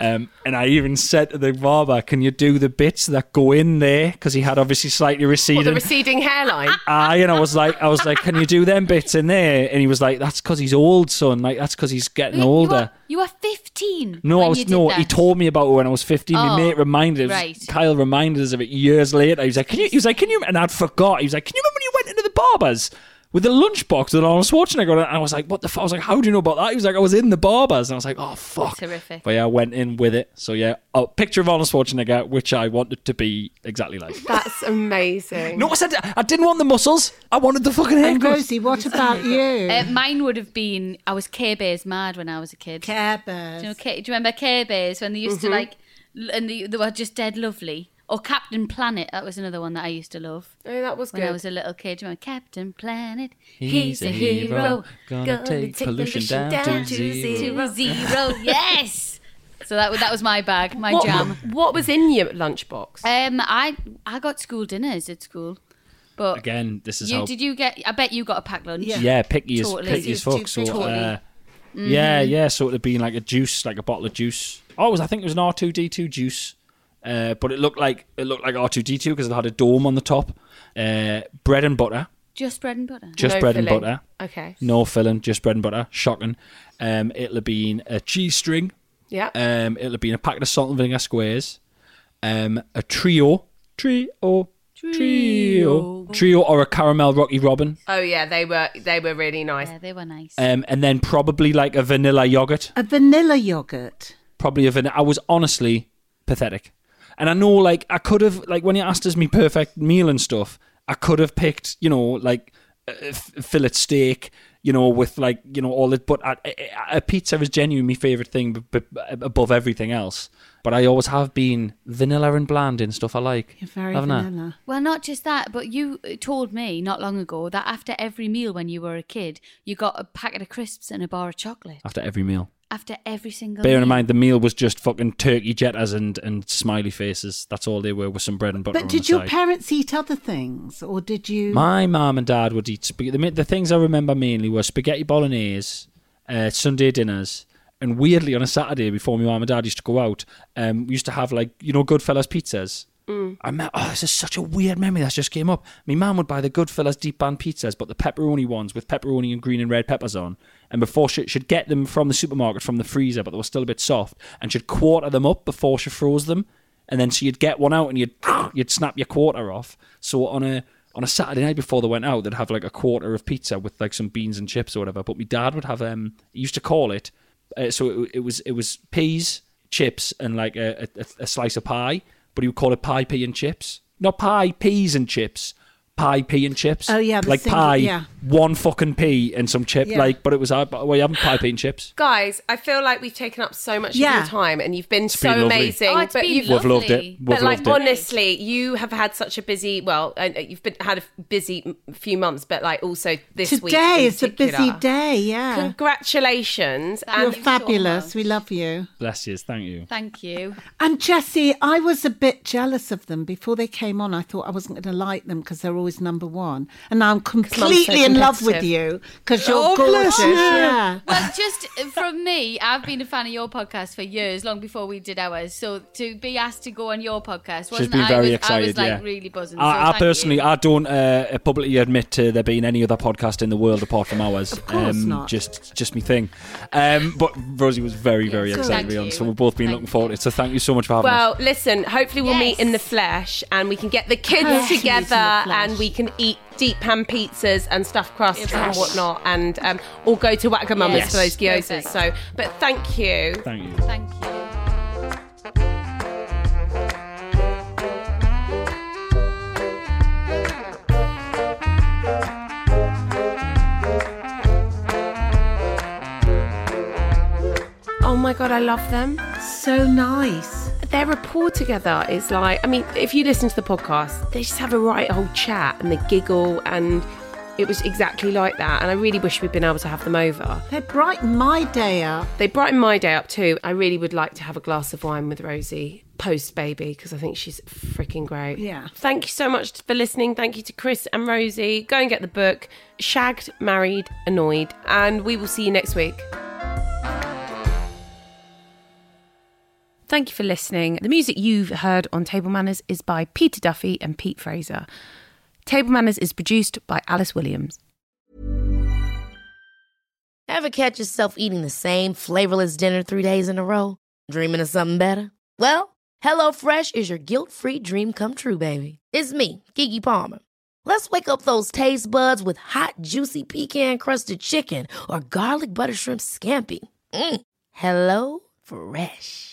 Speaker 3: Um, and I even said to the barber, "Can you do the bits that go in there?" Because he had obviously slightly receding.
Speaker 5: the receding hairline.
Speaker 3: Aye, and I was like, I was like, "Can you do them bits in there?" And he was like, "That's because he's old, son. Like that's because he's getting
Speaker 4: You-
Speaker 3: older."
Speaker 4: You are, you are 15.
Speaker 3: No,
Speaker 4: when
Speaker 3: I was
Speaker 4: you did
Speaker 3: no.
Speaker 4: That.
Speaker 3: He told me about it when I was fifteen.
Speaker 4: Oh,
Speaker 3: My mate reminded us.
Speaker 4: right.
Speaker 3: Kyle reminded us of it years later. He was like, "Can you?" He was like, "Can you?" And I'd forgot. He was like, "Can you remember when you went into the barbers with a lunchbox with Arnold Schwarzenegger?" And I was like, "What the fuck?" I was like, "How do you know about that?" He was like, "I was in the barbers," and I was like, "Oh fuck!"
Speaker 4: Terrific.
Speaker 3: But yeah, I went in with it. So yeah, a picture of Arnold Schwarzenegger, which I wanted to be exactly like.
Speaker 5: That's amazing.
Speaker 3: no, I said I didn't want the muscles. I wanted the fucking
Speaker 2: And
Speaker 3: haircut.
Speaker 2: Rosie, what about you?
Speaker 4: Uh, mine would have been. I was Care Bears mad when I was a kid.
Speaker 2: Care
Speaker 4: Do you, know,
Speaker 2: Bears.
Speaker 4: Care- do you remember Care Bears when they used
Speaker 3: Mm-hmm.
Speaker 4: to like, l- and they, they were just dead lovely? Or Captain Planet, that was another one that I used to love
Speaker 5: Oh, that was
Speaker 4: when
Speaker 5: good.
Speaker 4: I was a little kid. Do you remember Captain Planet?
Speaker 3: He's a hero, gonna take pollution down to
Speaker 4: zero. To zero. yes. So that wa- that was my bag, my
Speaker 5: what,
Speaker 4: jam.
Speaker 5: what was in your lunchbox?
Speaker 4: Um, I I got school dinners at school, but
Speaker 3: Again, this is
Speaker 4: you
Speaker 3: how
Speaker 4: did you get? I bet you got a packed lunch.
Speaker 2: Yeah.
Speaker 3: yeah, picky as
Speaker 4: Totally.
Speaker 3: picky as
Speaker 2: Too
Speaker 3: fuck. So
Speaker 2: picky.
Speaker 3: uh, yeah, yeah, sort of being like a juice, like a bottle of juice. Oh, it was I think it was an R two D two juice, uh, but it looked like it looked like R two D two because it had a dome on the top. Uh, bread and butter,
Speaker 4: Just bread and butter.
Speaker 3: just
Speaker 5: No
Speaker 3: bread and
Speaker 5: filling.
Speaker 3: butter,
Speaker 5: Okay.
Speaker 3: no filling, just bread and butter. Shocking. Um, it'll have been a cheese string.
Speaker 5: Yeah.
Speaker 3: Um, it'll have been a packet of salt and vinegar squares. Um, a trio, trio, trio, trio, or a caramel rocky robin.
Speaker 5: oh yeah, they were they were really nice.
Speaker 4: Yeah, they were nice.
Speaker 3: Um, and then probably like a vanilla yogurt.
Speaker 2: A vanilla yogurt.
Speaker 3: probably of an I was honestly pathetic. And I know like I could have like when he asked us me perfect meal and stuff, I could have picked, you know, like a f- fillet steak, you know, with like, you know, all it but I, I, I, pizza was genuinely my favorite thing b- b- above everything else. But I always have been vanilla and bland in stuff I like.
Speaker 2: You're very
Speaker 3: haven't I?
Speaker 2: vanilla.
Speaker 4: Well, not just that, but you uh, told me not long ago that after every meal when you were a kid, you got a packet of crisps and a bar of chocolate
Speaker 3: After every meal.
Speaker 4: after every single.
Speaker 3: Bearing
Speaker 4: meal.
Speaker 3: in mind the meal was just fucking turkey jettas and and smiley faces. That's all they were with some bread and butter.
Speaker 2: But
Speaker 3: on
Speaker 2: did
Speaker 3: the
Speaker 2: your
Speaker 3: side.
Speaker 2: parents eat other things, or did you?
Speaker 3: My mum and dad would eat spaghetti. The, ma- the things I remember mainly were spaghetti bolognese, uh, Sunday dinners, and weirdly on a Saturday before my mum and dad used to go out, um, we used to have like you know Goodfellas pizzas. I me- oh, this is such a weird memory that just came up. My mum would buy the Goodfellas deep pan pizzas, but the pepperoni ones with pepperoni and green and red peppers on. And before she, she'd get them from the supermarket from the freezer, but they were still a bit soft, and she'd quarter them up before she froze them. And then so you'd get one out and you'd you'd snap your quarter off. So on a on a Saturday night before they went out, they'd have like a quarter of pizza with like some beans and chips or whatever. But my dad would have um, he used to call it. Uh, so it, it was it was peas, chips, and like a, a, a slice of pie. But he would call it pie, pea, and chips. Not pie, peas and chips. Pie, pea, and chips.
Speaker 2: Oh, yeah, the
Speaker 3: like
Speaker 2: single-
Speaker 3: pie,
Speaker 2: yeah.
Speaker 3: one fucking pea and some chip.
Speaker 2: Yeah.
Speaker 3: Like, but it was uh, but we haven't pie, pea, and chips.
Speaker 5: Guys, I feel like we've taken up so much of
Speaker 2: Yeah.
Speaker 5: your time, and you've been
Speaker 3: been
Speaker 5: so
Speaker 3: lovely.
Speaker 5: amazing.
Speaker 4: Oh, it's
Speaker 5: but
Speaker 4: been
Speaker 5: you've
Speaker 4: lovely.
Speaker 3: We've loved it. We've
Speaker 5: but like
Speaker 3: loved it.
Speaker 5: honestly, you have had such a busy well, and you've been had a f- busy m- few months, but like also this week in
Speaker 2: Today is a busy
Speaker 5: particular.
Speaker 2: day. Yeah,
Speaker 5: Congratulations!
Speaker 2: you're
Speaker 5: And
Speaker 2: fabulous. We love you.
Speaker 3: Bless you. Thank you.
Speaker 4: Thank you.
Speaker 2: And Jesse, I was a bit jealous of them before they came on. I thought I wasn't going to like them because they're always number one, and now I'm completely in love with you because you're
Speaker 4: Oh,
Speaker 2: gorgeous. Yeah.
Speaker 4: Well, just uh, from me, I've been a fan of your podcast for years, long before we did ours. So to be asked to go on your podcast, wasn't
Speaker 3: She's been
Speaker 4: I,
Speaker 3: very
Speaker 4: was,
Speaker 3: excited.
Speaker 4: I was like
Speaker 3: yeah,
Speaker 4: really buzzing. so
Speaker 3: I, I
Speaker 4: thank
Speaker 3: personally,
Speaker 4: you.
Speaker 3: I don't uh, publicly admit to there being any other podcast in the world apart from ours. Of
Speaker 2: course not.
Speaker 3: Just, just me thing. Um, but Rosie was very, very
Speaker 4: Yes,
Speaker 3: excited
Speaker 4: thank
Speaker 3: to be on,
Speaker 4: you.
Speaker 3: so we've both been
Speaker 4: Thank
Speaker 3: looking forward to it. So thank you so much for having us.
Speaker 5: Well, listen. Hopefully, we'll meet
Speaker 4: Yes.
Speaker 5: in the flesh, and we can get the kids
Speaker 2: Yes, meet in the
Speaker 5: together,
Speaker 2: flesh.
Speaker 5: and we can eat deep pan pizzas and stuffed crusts and whatnot, and um, or go to Wagamama's
Speaker 4: Yes.
Speaker 5: for those gyozas.
Speaker 4: Perfect.
Speaker 5: So, but thank you.
Speaker 3: Thank you.
Speaker 4: Thank you.
Speaker 1: Oh my god, I love them.
Speaker 2: So nice.
Speaker 1: Their rapport together is like, I mean, if you listen to the podcast, they just have a right old chat and they giggle, and it was exactly like that. And I really wish we'd been able to have them over.
Speaker 2: They brighten my day up.
Speaker 1: They brighten my day up too. I really would like to have a glass of wine with Rosie post baby because I think she's freaking great.
Speaker 2: Yeah.
Speaker 1: Thank you so much for listening. Thank you to Chris and Rosie. Go and get the book Shagged, Married, Annoyed. And we will see you next week. Thank you for listening. The music you've heard on Table Manners is by Peter Duffy and Pete Fraser. Table Manners is produced by Alice Williams.
Speaker 6: Ever catch yourself eating the same flavorless dinner three days in a row? Dreaming of something better? Well, HelloFresh is your guilt free dream come true, baby. It's me, Gigi Palmer. Let's wake up those taste buds with hot, juicy pecan crusted chicken or garlic butter shrimp scampi. Mm. Hello Fresh.